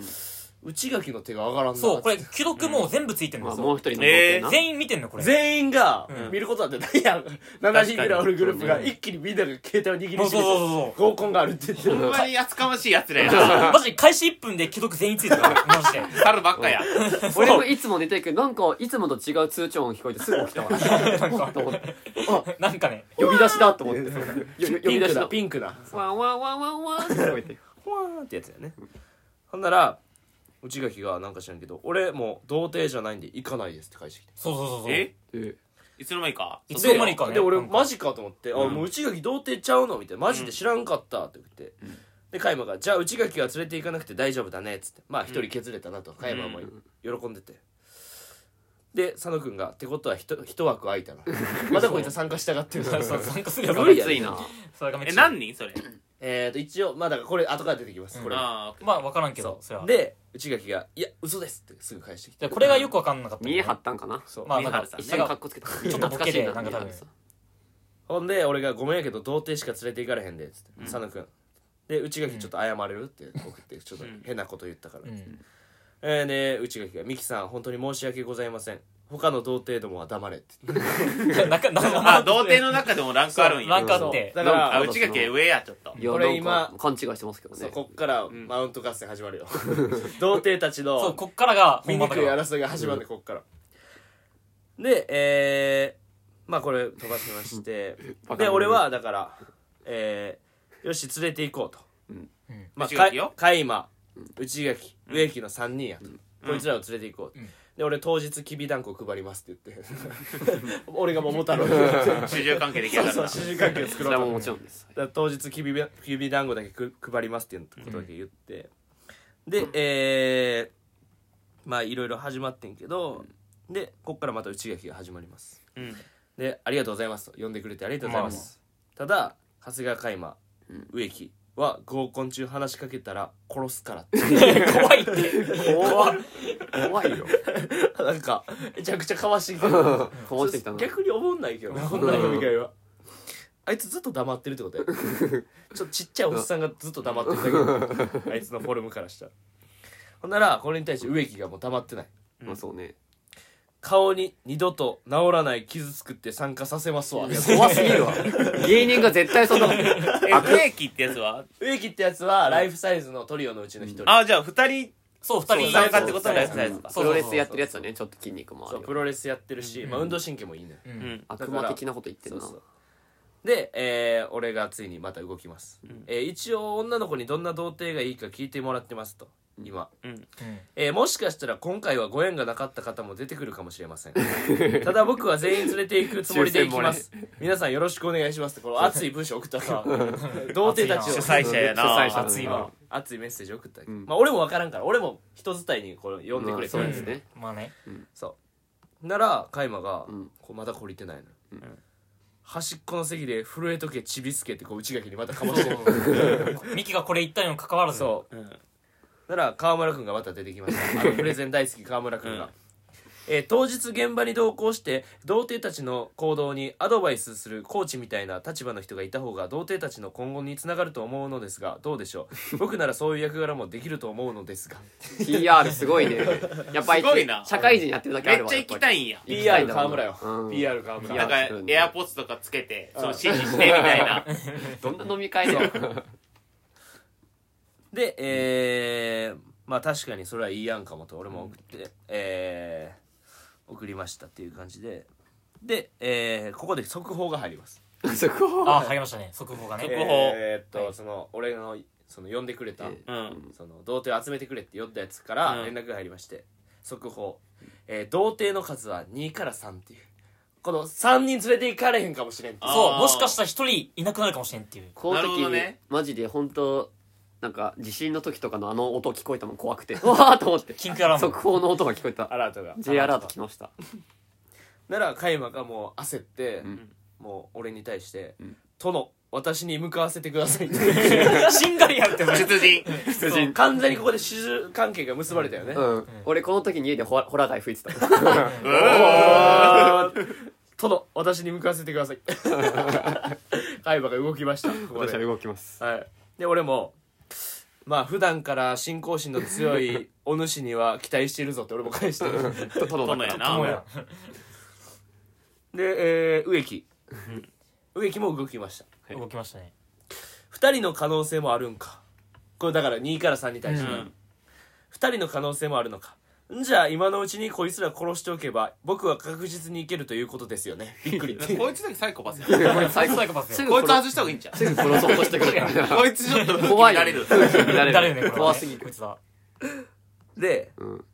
[SPEAKER 1] 内垣の手が上がらんな
[SPEAKER 3] そうこれ既読もう全部ついてるん
[SPEAKER 2] ま
[SPEAKER 3] で
[SPEAKER 2] あ
[SPEAKER 3] す
[SPEAKER 2] もう
[SPEAKER 3] よ
[SPEAKER 2] 一人の童
[SPEAKER 4] えー
[SPEAKER 2] 貞な
[SPEAKER 3] 全員見てんのこれ
[SPEAKER 1] 全員が
[SPEAKER 3] うん
[SPEAKER 1] 見ることなんてないやん、7人ぐらいおるグループが
[SPEAKER 2] そう
[SPEAKER 1] 一気にみんなが携帯を握
[SPEAKER 3] そ
[SPEAKER 1] り
[SPEAKER 3] う
[SPEAKER 1] し
[SPEAKER 3] そう
[SPEAKER 1] め
[SPEAKER 3] そうそう
[SPEAKER 1] て合コンがあるって言って
[SPEAKER 4] ほん
[SPEAKER 1] る
[SPEAKER 4] まにやつかましいやつらやな
[SPEAKER 3] マジで開始1分で既読全員ついてるからマジで
[SPEAKER 4] 猿ばっかや
[SPEAKER 2] 俺もいつも寝てるけどなんかいつもと違う通知音聞こえてすぐ起きたわ おっと思って
[SPEAKER 3] なんかね
[SPEAKER 2] 呼び出しだと思ってよよ呼
[SPEAKER 1] ピ
[SPEAKER 2] び
[SPEAKER 1] ン
[SPEAKER 2] 出
[SPEAKER 1] ク
[SPEAKER 2] し
[SPEAKER 1] だ
[SPEAKER 2] だ
[SPEAKER 1] ピンクだ
[SPEAKER 2] ワンワンワンワン ワンって聞こえてる
[SPEAKER 1] ほわーってやつだよねほんなら内垣がなんか知らんけど俺もう童貞じゃないんで行かないですって返してきて
[SPEAKER 3] そうそうそうそう
[SPEAKER 4] え
[SPEAKER 2] え
[SPEAKER 4] いつの間にか
[SPEAKER 3] いつ
[SPEAKER 1] で
[SPEAKER 3] の間にかね
[SPEAKER 1] で俺
[SPEAKER 3] なんか
[SPEAKER 1] マジかと思って「あもう内垣童貞ちゃうの?」みたいな「マジで知らんかった」って言って、で加山が「じゃあ内垣は連れて行かなくて大丈夫だね」っつってまあ一人削れたなと加山も喜んでて、で佐野君が「ってことはひと一枠空いたな またこいつは参加したがってるな
[SPEAKER 3] そう参加するやつ
[SPEAKER 1] 無理や
[SPEAKER 2] ついな
[SPEAKER 3] それがめっ
[SPEAKER 4] え
[SPEAKER 3] ちゃ
[SPEAKER 4] 何人それ
[SPEAKER 1] えっと一応まあだからこれ後から出てきます、これ
[SPEAKER 4] あ
[SPEAKER 3] まあ分からんけど
[SPEAKER 1] そ
[SPEAKER 3] それは
[SPEAKER 1] うで内垣が「いや嘘です」ってすぐ返してき
[SPEAKER 3] じ
[SPEAKER 1] て
[SPEAKER 3] ゃあこれがよく分かんなかった
[SPEAKER 2] 見え張ったんかな
[SPEAKER 1] そう、
[SPEAKER 3] まあ
[SPEAKER 4] 見え
[SPEAKER 3] なん
[SPEAKER 4] 張
[SPEAKER 3] か
[SPEAKER 4] るさ
[SPEAKER 3] な
[SPEAKER 2] 一緒
[SPEAKER 3] んか
[SPEAKER 2] にかっこつけたち
[SPEAKER 3] ょっとボケでなんか多分
[SPEAKER 1] ほんで俺が「ごめんやけど童貞しか連れて行かれへんで」っつって、佐野君で内垣ちょっと謝れるって送ってちょっと変なこと言ったから、
[SPEAKER 3] うん
[SPEAKER 1] えー、ね内垣が「ミキさん本当に申し訳ございません他の童貞どもは黙れ」って言って
[SPEAKER 3] なんかなん
[SPEAKER 4] あ
[SPEAKER 3] か
[SPEAKER 4] あ童貞の中でもランクあるん
[SPEAKER 3] ラ
[SPEAKER 4] や
[SPEAKER 3] ンクあって
[SPEAKER 1] だから
[SPEAKER 4] あ内垣上やちょっと
[SPEAKER 2] いや
[SPEAKER 1] こ
[SPEAKER 2] こ
[SPEAKER 1] れ
[SPEAKER 2] れ
[SPEAKER 1] 今
[SPEAKER 2] 今勘違いしてますけど
[SPEAKER 1] そう
[SPEAKER 2] ね
[SPEAKER 1] こっからマウント合戦始まるよ童貞たち
[SPEAKER 3] そう
[SPEAKER 1] の
[SPEAKER 3] こっからが本番だ
[SPEAKER 1] 醜
[SPEAKER 3] か
[SPEAKER 1] い
[SPEAKER 3] ら
[SPEAKER 1] 争いが始まるねこっから、でえー、まあこれ飛ばしまして
[SPEAKER 2] バカ
[SPEAKER 1] で
[SPEAKER 2] に
[SPEAKER 1] 俺はだからえー、よし連れて行こうと、まあ、
[SPEAKER 4] 内垣よ
[SPEAKER 1] かカイマ内垣植木の3人やと、こいつらを連れて行こう、
[SPEAKER 3] うん
[SPEAKER 1] で俺当日きびだんこ配りますって言って 俺が桃太郎に
[SPEAKER 4] 主従関係でき
[SPEAKER 1] そ
[SPEAKER 4] や
[SPEAKER 1] う
[SPEAKER 4] が
[SPEAKER 1] そう
[SPEAKER 4] るな
[SPEAKER 1] 主人関係を作
[SPEAKER 2] そ
[SPEAKER 1] ろう
[SPEAKER 2] れ
[SPEAKER 1] と
[SPEAKER 2] は
[SPEAKER 1] 思っ
[SPEAKER 2] もう
[SPEAKER 1] て
[SPEAKER 2] もちろんです
[SPEAKER 1] だから当日きびべきび団子だけく配りますっていうことだけ言って、でえー、まあいろいろ始まってんけど、でこっからまた内垣が始まります
[SPEAKER 4] うん
[SPEAKER 1] で「ありがとうございます」と呼んでくれてありがとうございます、ただ長谷川海馬、植木は合コン中話しかけたら殺すからって
[SPEAKER 3] 怖いって
[SPEAKER 2] 怖い怖いよ
[SPEAKER 1] なんかめちゃくちゃかわしてきてる
[SPEAKER 2] こぼしてきたな
[SPEAKER 1] 逆に思んない けどねこんな飲み会はあいつずっと黙ってるって ことやちょっとちっちゃいおっさんがずっと黙ってるだ けあいつのフォルムからしたらほんならこれに対して植木がもう黙ってない
[SPEAKER 2] まあそうね
[SPEAKER 1] 顔に二度と治らない傷作って参加させますわ
[SPEAKER 2] いや怖すぎるわ芸人が絶対その
[SPEAKER 4] えブレーキってやつは
[SPEAKER 1] 植木ってやつはライフサイズのトリオのうちの一人、
[SPEAKER 4] あじゃあ二人
[SPEAKER 3] そう二人
[SPEAKER 4] 参加ってことはやってないですか
[SPEAKER 2] プロレスやってるやつだねちょっと筋肉もあ
[SPEAKER 1] そう
[SPEAKER 2] る
[SPEAKER 1] プロレスやってるし、まあ、運動神経もいいのよ、
[SPEAKER 3] う
[SPEAKER 4] うんん
[SPEAKER 2] 悪魔的なこと言って
[SPEAKER 1] そ
[SPEAKER 2] る
[SPEAKER 1] う
[SPEAKER 2] な
[SPEAKER 1] そうで、えー俺がついにまた動きます、えー一応女の子にどんな童貞がいいか聞いてもらってますと今、
[SPEAKER 4] うん
[SPEAKER 1] えーもしかしたら今回はご縁がなかった方も出てくるかもしれません ただ僕は全員連れて行くつもりで行き ます皆さんよろしくお願いしますってこの熱い文章送ったさ 童貞たち
[SPEAKER 4] 主
[SPEAKER 1] を
[SPEAKER 4] 催者やな
[SPEAKER 2] 主催者
[SPEAKER 3] 熱いわ
[SPEAKER 1] 熱いメッセージ送った、
[SPEAKER 2] ん
[SPEAKER 1] まあ俺も分からんから俺も人伝いにこれ読んでくれて
[SPEAKER 2] ま
[SPEAKER 1] るんで
[SPEAKER 2] あそうですす
[SPEAKER 1] ね
[SPEAKER 2] ね
[SPEAKER 3] まあね
[SPEAKER 1] そうならカイマが、
[SPEAKER 2] ん
[SPEAKER 1] こうまだ懲りてないの、端っこの席で震えとけちびすけってこう内垣にまたかましてる
[SPEAKER 3] ミキがこれ言ったにもかかわらず
[SPEAKER 1] そう、
[SPEAKER 4] ん
[SPEAKER 1] なら川村君がまた出てきましたあのプレゼン大好き川村君が、えー当日現場に同行して童貞たちの行動にアドバイスするコーチみたいな立場の人がいた方が童貞たちの今後につながると思うのですがどうでしょう僕ならそういう役柄もできると思うのですが
[SPEAKER 2] PR すごいねやっぱり
[SPEAKER 4] すごいな
[SPEAKER 2] 社会人やってるだけあ
[SPEAKER 4] めっ
[SPEAKER 2] るわ
[SPEAKER 4] ちゃ行きたいんや
[SPEAKER 2] 行きたいんだもんなうん
[SPEAKER 1] PR 川村
[SPEAKER 4] なん
[SPEAKER 2] い
[SPEAKER 4] か
[SPEAKER 2] や
[SPEAKER 4] エアポッツとかつけてその指示してみたいな
[SPEAKER 2] どんな飲み会だよ
[SPEAKER 1] でえーまあ確かにそれはいいやんかもと俺も送って、えー送りましたっていう感じでで、えーここで速報が入ります
[SPEAKER 2] そこ
[SPEAKER 3] あ入りましたね速報がね
[SPEAKER 4] 速報
[SPEAKER 1] えーっと、その俺のその呼んでくれた、
[SPEAKER 2] え
[SPEAKER 4] うん
[SPEAKER 1] その童貞を集めてくれって呼んだやつから
[SPEAKER 4] うん
[SPEAKER 1] 連絡が入りまして、速報、えー童貞の数は2から3っていうこの3人連れて行かれへんかもしれんっていう
[SPEAKER 4] あ
[SPEAKER 3] そう
[SPEAKER 4] ー
[SPEAKER 3] もしかしたら一人いなくなるかもしれんっていう
[SPEAKER 2] この
[SPEAKER 4] なるほ
[SPEAKER 2] 時
[SPEAKER 4] ど
[SPEAKER 2] に
[SPEAKER 4] ね
[SPEAKER 2] マジで本当なんか地震の時とかのあの音聞こえたもん怖くてうわーと思って
[SPEAKER 3] 緊急アラーム
[SPEAKER 2] 速報の音が聞こえた
[SPEAKER 1] アラートが
[SPEAKER 2] J アラート来ました
[SPEAKER 1] なら加山がもう焦って、
[SPEAKER 2] ん
[SPEAKER 1] もう俺に対して
[SPEAKER 2] ん
[SPEAKER 1] 「殿私に向かわせてください」って
[SPEAKER 3] しんがりやっても ね
[SPEAKER 4] 出陣
[SPEAKER 2] 出
[SPEAKER 1] そう完全にここで主従関係が結ばれたよね、
[SPEAKER 2] うん、俺この時に家でホラホラ貝吹いて た
[SPEAKER 1] あー殿私に向かわせてください 加山が動きましたここで
[SPEAKER 2] 動きます
[SPEAKER 1] はい、で俺もまあ普段から信仰心の強 いお主には期待してるぞって俺も返してる
[SPEAKER 2] 殿
[SPEAKER 4] 殿
[SPEAKER 2] だか
[SPEAKER 4] や
[SPEAKER 2] ら
[SPEAKER 3] もう
[SPEAKER 4] な
[SPEAKER 3] や
[SPEAKER 1] で、えー植木植木も動きました
[SPEAKER 2] い
[SPEAKER 3] 動きましたね
[SPEAKER 1] 2人の可能性もあるんかこれだから2から3に対して、
[SPEAKER 4] う
[SPEAKER 1] 二
[SPEAKER 4] ん
[SPEAKER 1] 2人の可能性もあるのかんじゃあ今のうちにこいつら殺しておけば僕は確実にいけるということですよねびっくりっていう
[SPEAKER 4] こいつだけサイコパスや
[SPEAKER 2] こいつ最
[SPEAKER 3] サイ
[SPEAKER 2] 後
[SPEAKER 3] コパス
[SPEAKER 2] す
[SPEAKER 3] よ
[SPEAKER 2] ぐ
[SPEAKER 4] こいつ
[SPEAKER 2] 殺
[SPEAKER 4] 外した方がいいんちゃ
[SPEAKER 2] すぐ殺そうとしてくるから
[SPEAKER 4] うこいつちょっと
[SPEAKER 2] 怖いよ
[SPEAKER 4] られる
[SPEAKER 2] 空気乱れる
[SPEAKER 3] 誰よねこれはね
[SPEAKER 2] 怖すぎる
[SPEAKER 3] こいつだ
[SPEAKER 1] で
[SPEAKER 2] うん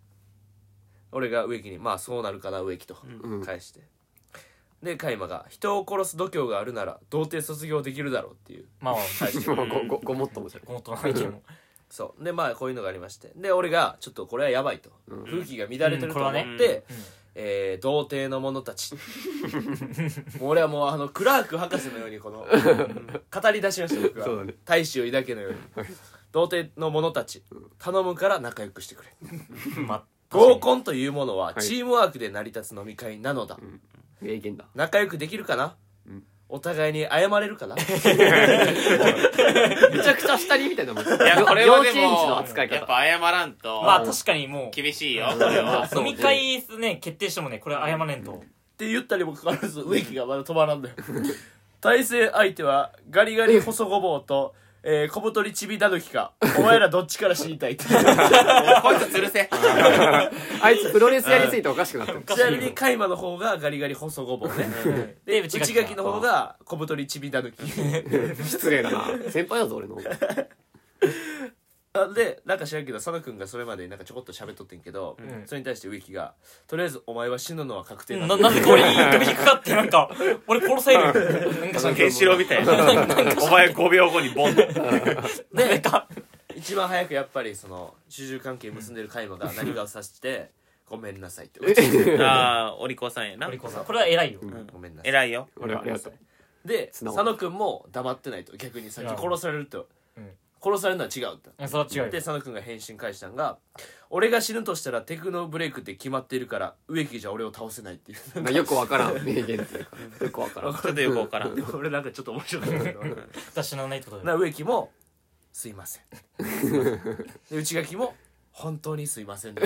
[SPEAKER 1] 俺が植木に「まあそうなるかな植木」と
[SPEAKER 2] うん
[SPEAKER 1] 返して、でカイマが「人を殺す度胸があるなら童貞卒業できるだろう」っていう
[SPEAKER 3] まあ
[SPEAKER 1] 返して
[SPEAKER 2] ごごごごもっともじゃん
[SPEAKER 3] ごもっともな意見も
[SPEAKER 1] そうでまあこういうのがありましてで俺がちょっとこれはやばいと、風紀が乱れてると思っ
[SPEAKER 3] う
[SPEAKER 4] こ
[SPEAKER 3] ん
[SPEAKER 4] れは
[SPEAKER 1] て、えー童貞の者たちもう俺はもうあのクラーク博士のようにこの語り出しました僕は
[SPEAKER 2] そうだね
[SPEAKER 1] 大志を抱けのように童貞の者たち頼むから仲良くしてくれ
[SPEAKER 3] まあ
[SPEAKER 1] 合コンというものは
[SPEAKER 2] はい
[SPEAKER 1] チームワークで成り立つ飲み会なのだ、
[SPEAKER 2] 名言だ
[SPEAKER 1] 仲良くできるかな、
[SPEAKER 2] ん
[SPEAKER 1] お互いに謝れるかな
[SPEAKER 2] めちゃくちゃ下にみたいなもん
[SPEAKER 4] いやこれはで
[SPEAKER 2] 幼稚園児の
[SPEAKER 4] も
[SPEAKER 2] 扱い
[SPEAKER 4] やっ
[SPEAKER 2] 方
[SPEAKER 4] ぱ謝らんと
[SPEAKER 3] まあ確かにも
[SPEAKER 4] 厳しいよこれは
[SPEAKER 3] う飲み会ね決定してもねこれ謝れんと
[SPEAKER 1] って言ったにもかかわらず植木がまだ止まらんだよ対戦相手はガリガリ細ごぼうと、えー、小太りちびだぬきかお前らどっちから死にた いって
[SPEAKER 4] こいつ吊るせ
[SPEAKER 2] あいつプロレスやりすぎておかしくなってる
[SPEAKER 1] ちなみにカイマの方がガリガリ細ごぼう ねで内 垣の方が小太りちびだぬき
[SPEAKER 2] 失礼だな先輩だぞ俺の
[SPEAKER 1] あでなんか知らんけど佐野君がそれまでになんかちょこっと喋っとってんけど、それに対して植木が「とりあえずお前は死ぬのは確定
[SPEAKER 3] な
[SPEAKER 1] だ
[SPEAKER 3] なんでこれに飛び引っかかってなんか俺殺されるなんか
[SPEAKER 4] そのケンシロウみたいな。 お前5秒後に ボンって。
[SPEAKER 1] で一番早くやっぱりその主従関係結んでる海馬が何かを指して「ごめんなさい」って言われて
[SPEAKER 4] ああ、お利口さんやな
[SPEAKER 3] お利。口さんこれは偉いよ
[SPEAKER 1] ごめんなさい
[SPEAKER 4] 偉いよ。
[SPEAKER 2] 俺はありがとう
[SPEAKER 1] で佐
[SPEAKER 2] 素直
[SPEAKER 1] 野君も黙ってないと逆にさっき殺されると、
[SPEAKER 3] うん
[SPEAKER 1] 殺されるのは違うって
[SPEAKER 3] うんそれは違うよ
[SPEAKER 1] で佐野君が返信返したんが「俺が死ぬとしたらテクノブレイクって決まっているから植木じゃ俺を倒せない」っていう
[SPEAKER 2] なんかよくわからん名言っていうかよくわからん
[SPEAKER 4] ちょっとよくわからん。
[SPEAKER 1] 俺なんかちょっと面白かったけど
[SPEAKER 3] 私死なないってことだ
[SPEAKER 1] な
[SPEAKER 3] よ
[SPEAKER 1] 植木も「すいません」で内垣も「本当にすいません」 で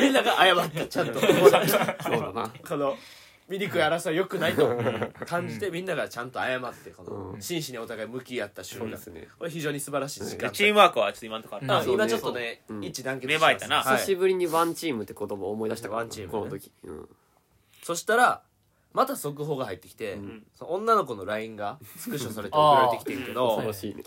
[SPEAKER 1] みんなが謝ったちゃんと
[SPEAKER 2] そうだな
[SPEAKER 1] この醜い争いよくないと感じてみんながちゃんと謝ってこの真摯にお互い向き合った瞬間
[SPEAKER 2] そうですね
[SPEAKER 1] これ非常に素晴らしい時間
[SPEAKER 4] チームワークはちょっと今のところあ
[SPEAKER 1] あ
[SPEAKER 4] る。
[SPEAKER 1] 今ちょっとね
[SPEAKER 2] うん
[SPEAKER 1] 一致団結
[SPEAKER 4] 芽生えたな
[SPEAKER 1] は
[SPEAKER 2] 久
[SPEAKER 1] い
[SPEAKER 2] しぶりにワンチームって言葉を思い出したから
[SPEAKER 1] ワンチームね
[SPEAKER 2] この時うん
[SPEAKER 1] そしたらまた速報が入ってきてその女の子の LINE がスクショされて送られてきてるけど
[SPEAKER 2] 恐ろしいね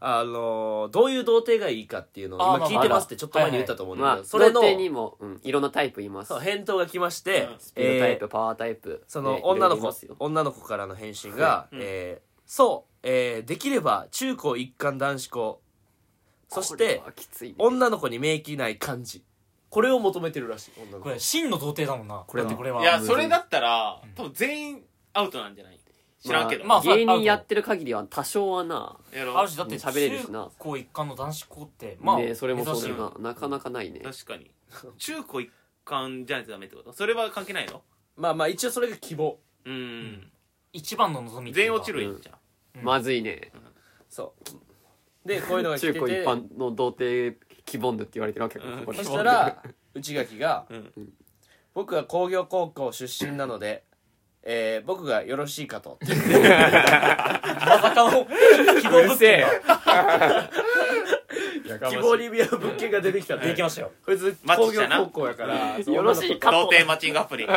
[SPEAKER 1] あのーどういう童貞がいいかっていうのを
[SPEAKER 3] あー
[SPEAKER 1] 今
[SPEAKER 3] まあ
[SPEAKER 1] 聞いてますってちょっと前に言ったと思うんだけ
[SPEAKER 2] ま
[SPEAKER 1] ど
[SPEAKER 2] あ
[SPEAKER 1] そ
[SPEAKER 2] そ
[SPEAKER 1] れ
[SPEAKER 2] れ
[SPEAKER 1] の
[SPEAKER 2] のにもうんいろんなタイプいます
[SPEAKER 1] そう返答が来まして
[SPEAKER 4] うん
[SPEAKER 2] スピードタイ
[SPEAKER 1] えー
[SPEAKER 2] プパワータイプ
[SPEAKER 1] その
[SPEAKER 2] ね
[SPEAKER 1] 女の
[SPEAKER 2] いろいろいま
[SPEAKER 1] 子
[SPEAKER 2] すよ
[SPEAKER 1] 女の子からの返信が
[SPEAKER 4] う
[SPEAKER 1] 「
[SPEAKER 4] ん
[SPEAKER 1] えーそうえーできれば中高一貫男子校そし
[SPEAKER 2] こ
[SPEAKER 1] て
[SPEAKER 2] れはきついね
[SPEAKER 1] 女の子に免疫ない感じこれを求めてるらしい女の
[SPEAKER 3] こ
[SPEAKER 1] 子
[SPEAKER 3] れ真の童貞だもんな
[SPEAKER 1] これ
[SPEAKER 3] だってこれはい
[SPEAKER 4] や、それだったら、多分全員アウトなんじゃない知らんけど。
[SPEAKER 3] まあ
[SPEAKER 2] 芸人やってる限りは多少はな
[SPEAKER 4] やろ
[SPEAKER 3] あるしだって
[SPEAKER 2] 喋れるしな
[SPEAKER 3] 中高一貫の男子校ってまあ
[SPEAKER 2] ねそれもそう
[SPEAKER 3] 珍
[SPEAKER 2] だ
[SPEAKER 3] しい
[SPEAKER 2] ななかなかないね
[SPEAKER 4] 確かに。中高一貫じゃないとダメってことそれは関係ないの
[SPEAKER 1] まあまあ一応それが希望
[SPEAKER 4] うん。
[SPEAKER 3] 一番の望みってい
[SPEAKER 4] 全員
[SPEAKER 3] うか
[SPEAKER 4] 落ちるんじゃん。
[SPEAKER 2] まずいね
[SPEAKER 1] そうでこういうのが来て
[SPEAKER 2] 中
[SPEAKER 1] て
[SPEAKER 2] 高一般の童貞希望ぬって言われてるわけよ
[SPEAKER 4] うん
[SPEAKER 2] ここ
[SPEAKER 1] そ
[SPEAKER 2] に
[SPEAKER 1] したら内垣が
[SPEAKER 4] うん
[SPEAKER 1] 「僕は工業高校出身なので、えー僕がよろしいかと」って
[SPEAKER 3] まさかの希望物件
[SPEAKER 1] 希望に見合う物件が出てきたん
[SPEAKER 3] がで
[SPEAKER 1] で
[SPEAKER 3] きましたよ
[SPEAKER 1] こいつ
[SPEAKER 4] マッ
[SPEAKER 1] 工
[SPEAKER 4] チし
[SPEAKER 1] 業
[SPEAKER 4] たな
[SPEAKER 1] 高校やから
[SPEAKER 2] よろしいか
[SPEAKER 4] 童
[SPEAKER 2] と
[SPEAKER 4] 貞マッチングアプリ。
[SPEAKER 1] よ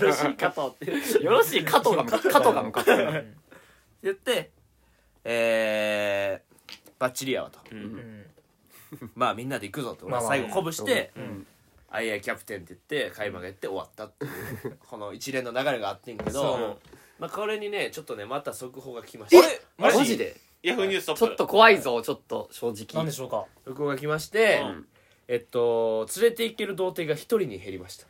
[SPEAKER 1] ろしいかとって
[SPEAKER 2] よろしい加藤が加藤 が向かってる
[SPEAKER 1] 言ってえー、バッチリやわと
[SPEAKER 4] うん
[SPEAKER 1] まあみんなで行くぞと、
[SPEAKER 3] まあまあ
[SPEAKER 1] 最後鼓舞して
[SPEAKER 3] ん
[SPEAKER 1] 「アイアイキャプテン」って言って開幕やって終わったっていうこの一連の流れがあってんけ
[SPEAKER 4] そう
[SPEAKER 1] ど、まあ、これにねちょっとねまた速報が来まして
[SPEAKER 4] マジ
[SPEAKER 2] マジで
[SPEAKER 4] ヤフーニューストップ。
[SPEAKER 2] ちょっと怖いぞちょっと正
[SPEAKER 3] 何で
[SPEAKER 2] 直
[SPEAKER 3] しょうか
[SPEAKER 1] 速報が来まして、
[SPEAKER 4] うん
[SPEAKER 1] えっと連れて行ける童貞が一人に減りました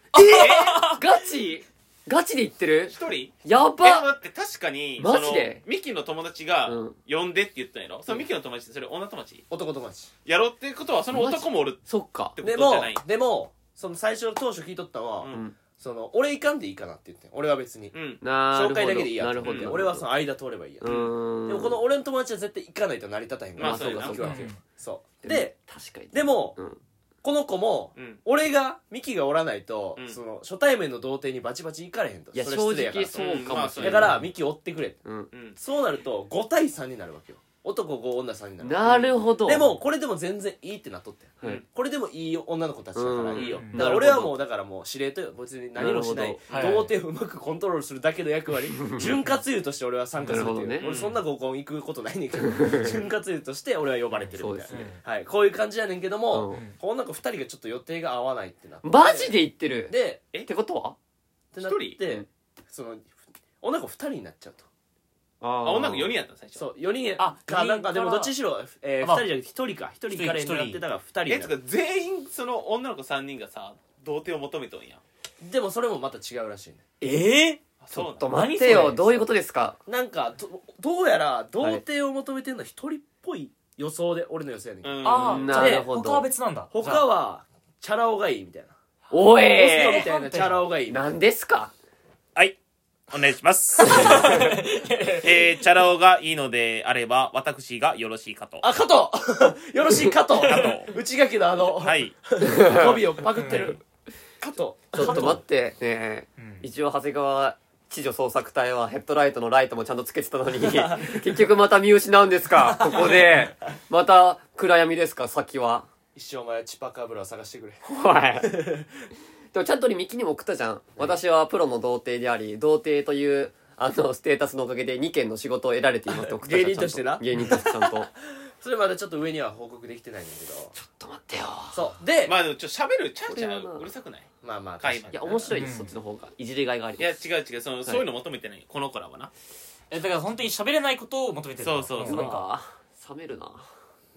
[SPEAKER 2] ガチガチで言ってる
[SPEAKER 4] 一人
[SPEAKER 2] や
[SPEAKER 4] え、
[SPEAKER 2] ば
[SPEAKER 4] 待って、確かに、
[SPEAKER 2] マジで
[SPEAKER 4] そのミキの友達が
[SPEAKER 2] うん、
[SPEAKER 4] 呼んでって言ったんやろ、そのミキの友達って、それ女友達
[SPEAKER 1] 男友達
[SPEAKER 4] やろうってことは、その男もおるっ
[SPEAKER 2] そっか
[SPEAKER 4] てこ
[SPEAKER 1] で
[SPEAKER 4] とじゃ
[SPEAKER 1] も
[SPEAKER 4] ない。
[SPEAKER 1] でもその最初の当初聞いとったのは、
[SPEAKER 4] うん
[SPEAKER 1] その俺行かんでいいかなって言ってん俺は別に、
[SPEAKER 4] うん。
[SPEAKER 2] なるほ
[SPEAKER 1] 紹
[SPEAKER 2] ど
[SPEAKER 1] 介だけでいいや
[SPEAKER 2] な
[SPEAKER 1] と
[SPEAKER 2] るほ
[SPEAKER 1] うん
[SPEAKER 2] ど
[SPEAKER 1] 俺はその間通ればいいや
[SPEAKER 2] う、ーん
[SPEAKER 1] でもこの俺の友達は絶対行かないと成り立たへんから、
[SPEAKER 4] まあそうやな
[SPEAKER 1] 行くわけよ
[SPEAKER 3] うん
[SPEAKER 1] そうで
[SPEAKER 2] 確かに
[SPEAKER 1] でも、
[SPEAKER 2] うん
[SPEAKER 1] この子も、
[SPEAKER 4] うん
[SPEAKER 1] 俺がミキがおらないと、
[SPEAKER 4] うん
[SPEAKER 1] その初対面の童貞にバチバチ行かれへんと
[SPEAKER 2] いや
[SPEAKER 1] それ
[SPEAKER 2] 正
[SPEAKER 1] 失礼やから
[SPEAKER 2] 直
[SPEAKER 1] と
[SPEAKER 2] そうかもしれ
[SPEAKER 1] だ
[SPEAKER 2] な
[SPEAKER 1] か
[SPEAKER 2] い
[SPEAKER 1] らミキ追ってくれ
[SPEAKER 2] うん
[SPEAKER 4] うん。
[SPEAKER 1] そうなると5対3になるわけよ男5女3になる
[SPEAKER 2] なるほど
[SPEAKER 1] でもこれでも全然いいってなっとって
[SPEAKER 2] はい
[SPEAKER 1] これでもいい女の子たちだからいいよ、
[SPEAKER 3] うん
[SPEAKER 1] だから
[SPEAKER 2] なるほ
[SPEAKER 1] 俺
[SPEAKER 2] ど
[SPEAKER 1] はもうだからもう司令とよ別に何もしない
[SPEAKER 3] なるほど
[SPEAKER 1] 童貞をうまくコントロールするだけの役 割潤滑油として俺は参加するっていう、
[SPEAKER 2] なるほどね
[SPEAKER 1] 俺そんな合コン行くことないねんけど 潤滑油として俺は呼ばれてるみたい
[SPEAKER 2] そ
[SPEAKER 1] な、
[SPEAKER 2] うです
[SPEAKER 3] ね
[SPEAKER 1] はい、こういう感じやねんけども、
[SPEAKER 2] うん
[SPEAKER 1] この中2人がちょっと予定が合わないってなって
[SPEAKER 2] マジで言ってる
[SPEAKER 1] で
[SPEAKER 4] え
[SPEAKER 2] ってことは
[SPEAKER 1] ってなって
[SPEAKER 4] 一
[SPEAKER 2] 人うん
[SPEAKER 1] その女の子2人になっちゃうと
[SPEAKER 2] あ
[SPEAKER 4] あ、女の子4人やったの最初。
[SPEAKER 1] そう4人
[SPEAKER 3] あ
[SPEAKER 1] か
[SPEAKER 3] 四人
[SPEAKER 1] なんかでも
[SPEAKER 3] から
[SPEAKER 1] どっちにしろ、えー
[SPEAKER 3] まあ
[SPEAKER 1] 2人じゃなくて1人か1人からになってたから2人に
[SPEAKER 4] え、
[SPEAKER 1] な
[SPEAKER 4] つ
[SPEAKER 1] る
[SPEAKER 4] うか、全員、その女の子3人がさ、童貞を求めとんや。
[SPEAKER 1] でもそれもまた違うらしいね
[SPEAKER 3] ええ
[SPEAKER 4] あ
[SPEAKER 2] ちょ
[SPEAKER 4] そ
[SPEAKER 2] っと
[SPEAKER 4] う
[SPEAKER 2] 待ってよ
[SPEAKER 3] 何それ
[SPEAKER 2] どういうことですか
[SPEAKER 1] なんかどどうやら童貞を求めてるのは一人っぽい予想で俺の予想やねん、
[SPEAKER 4] なんうん。
[SPEAKER 3] ああ
[SPEAKER 2] うん
[SPEAKER 3] な
[SPEAKER 2] な
[SPEAKER 3] る
[SPEAKER 2] る
[SPEAKER 3] ほ
[SPEAKER 2] ほ
[SPEAKER 3] ど
[SPEAKER 2] ど
[SPEAKER 3] 他は別なんだじゃ
[SPEAKER 1] 他
[SPEAKER 3] あ
[SPEAKER 1] はチャラ男がいいみたいな、
[SPEAKER 2] お
[SPEAKER 1] オスロみ
[SPEAKER 2] え
[SPEAKER 1] たいなチャラ男がいい
[SPEAKER 2] 何ですか
[SPEAKER 4] はい。お願いし ます。えー、チャラ男がいいのであれば、私がよろしいかと。
[SPEAKER 1] あ加藤 よろしい加藤
[SPEAKER 4] 加
[SPEAKER 1] 内垣のあの、
[SPEAKER 4] はい。
[SPEAKER 1] 語尾をパクってる加藤
[SPEAKER 2] ちょっと待ってねえ
[SPEAKER 3] うん
[SPEAKER 2] 一応長谷川地女捜索隊はヘッドライトのライトもちゃんとつけてたのに 結局また見失うんですかここでまた暗闇ですか先は
[SPEAKER 1] 一生お前はチパカブラを探してくれ
[SPEAKER 2] おいでもちゃんと俺ミキにも送ったじゃん私はプロの童貞であり童貞というあの、ステータスのおかげで2件の仕事を得られています僕
[SPEAKER 1] 芸人としてな
[SPEAKER 2] 芸人としてちゃんと。ちょっ
[SPEAKER 1] それまだちょっと上には報告できてないんだけど
[SPEAKER 2] と待ってよ。
[SPEAKER 1] そうで
[SPEAKER 4] まあでもちょっと喋るちゃうちゃ
[SPEAKER 2] これはな
[SPEAKER 4] ううるさくない
[SPEAKER 1] まあまあ
[SPEAKER 4] 会話
[SPEAKER 2] いや、面白いで
[SPEAKER 3] うん
[SPEAKER 2] す、そっちの方が。いじりがいがあり
[SPEAKER 4] いや違う違うその、そういうの求めてないこの子らはな
[SPEAKER 3] えだから本当に喋れないことを求めてる
[SPEAKER 4] そうそうそ
[SPEAKER 2] な
[SPEAKER 4] うん
[SPEAKER 2] か、冷めるな。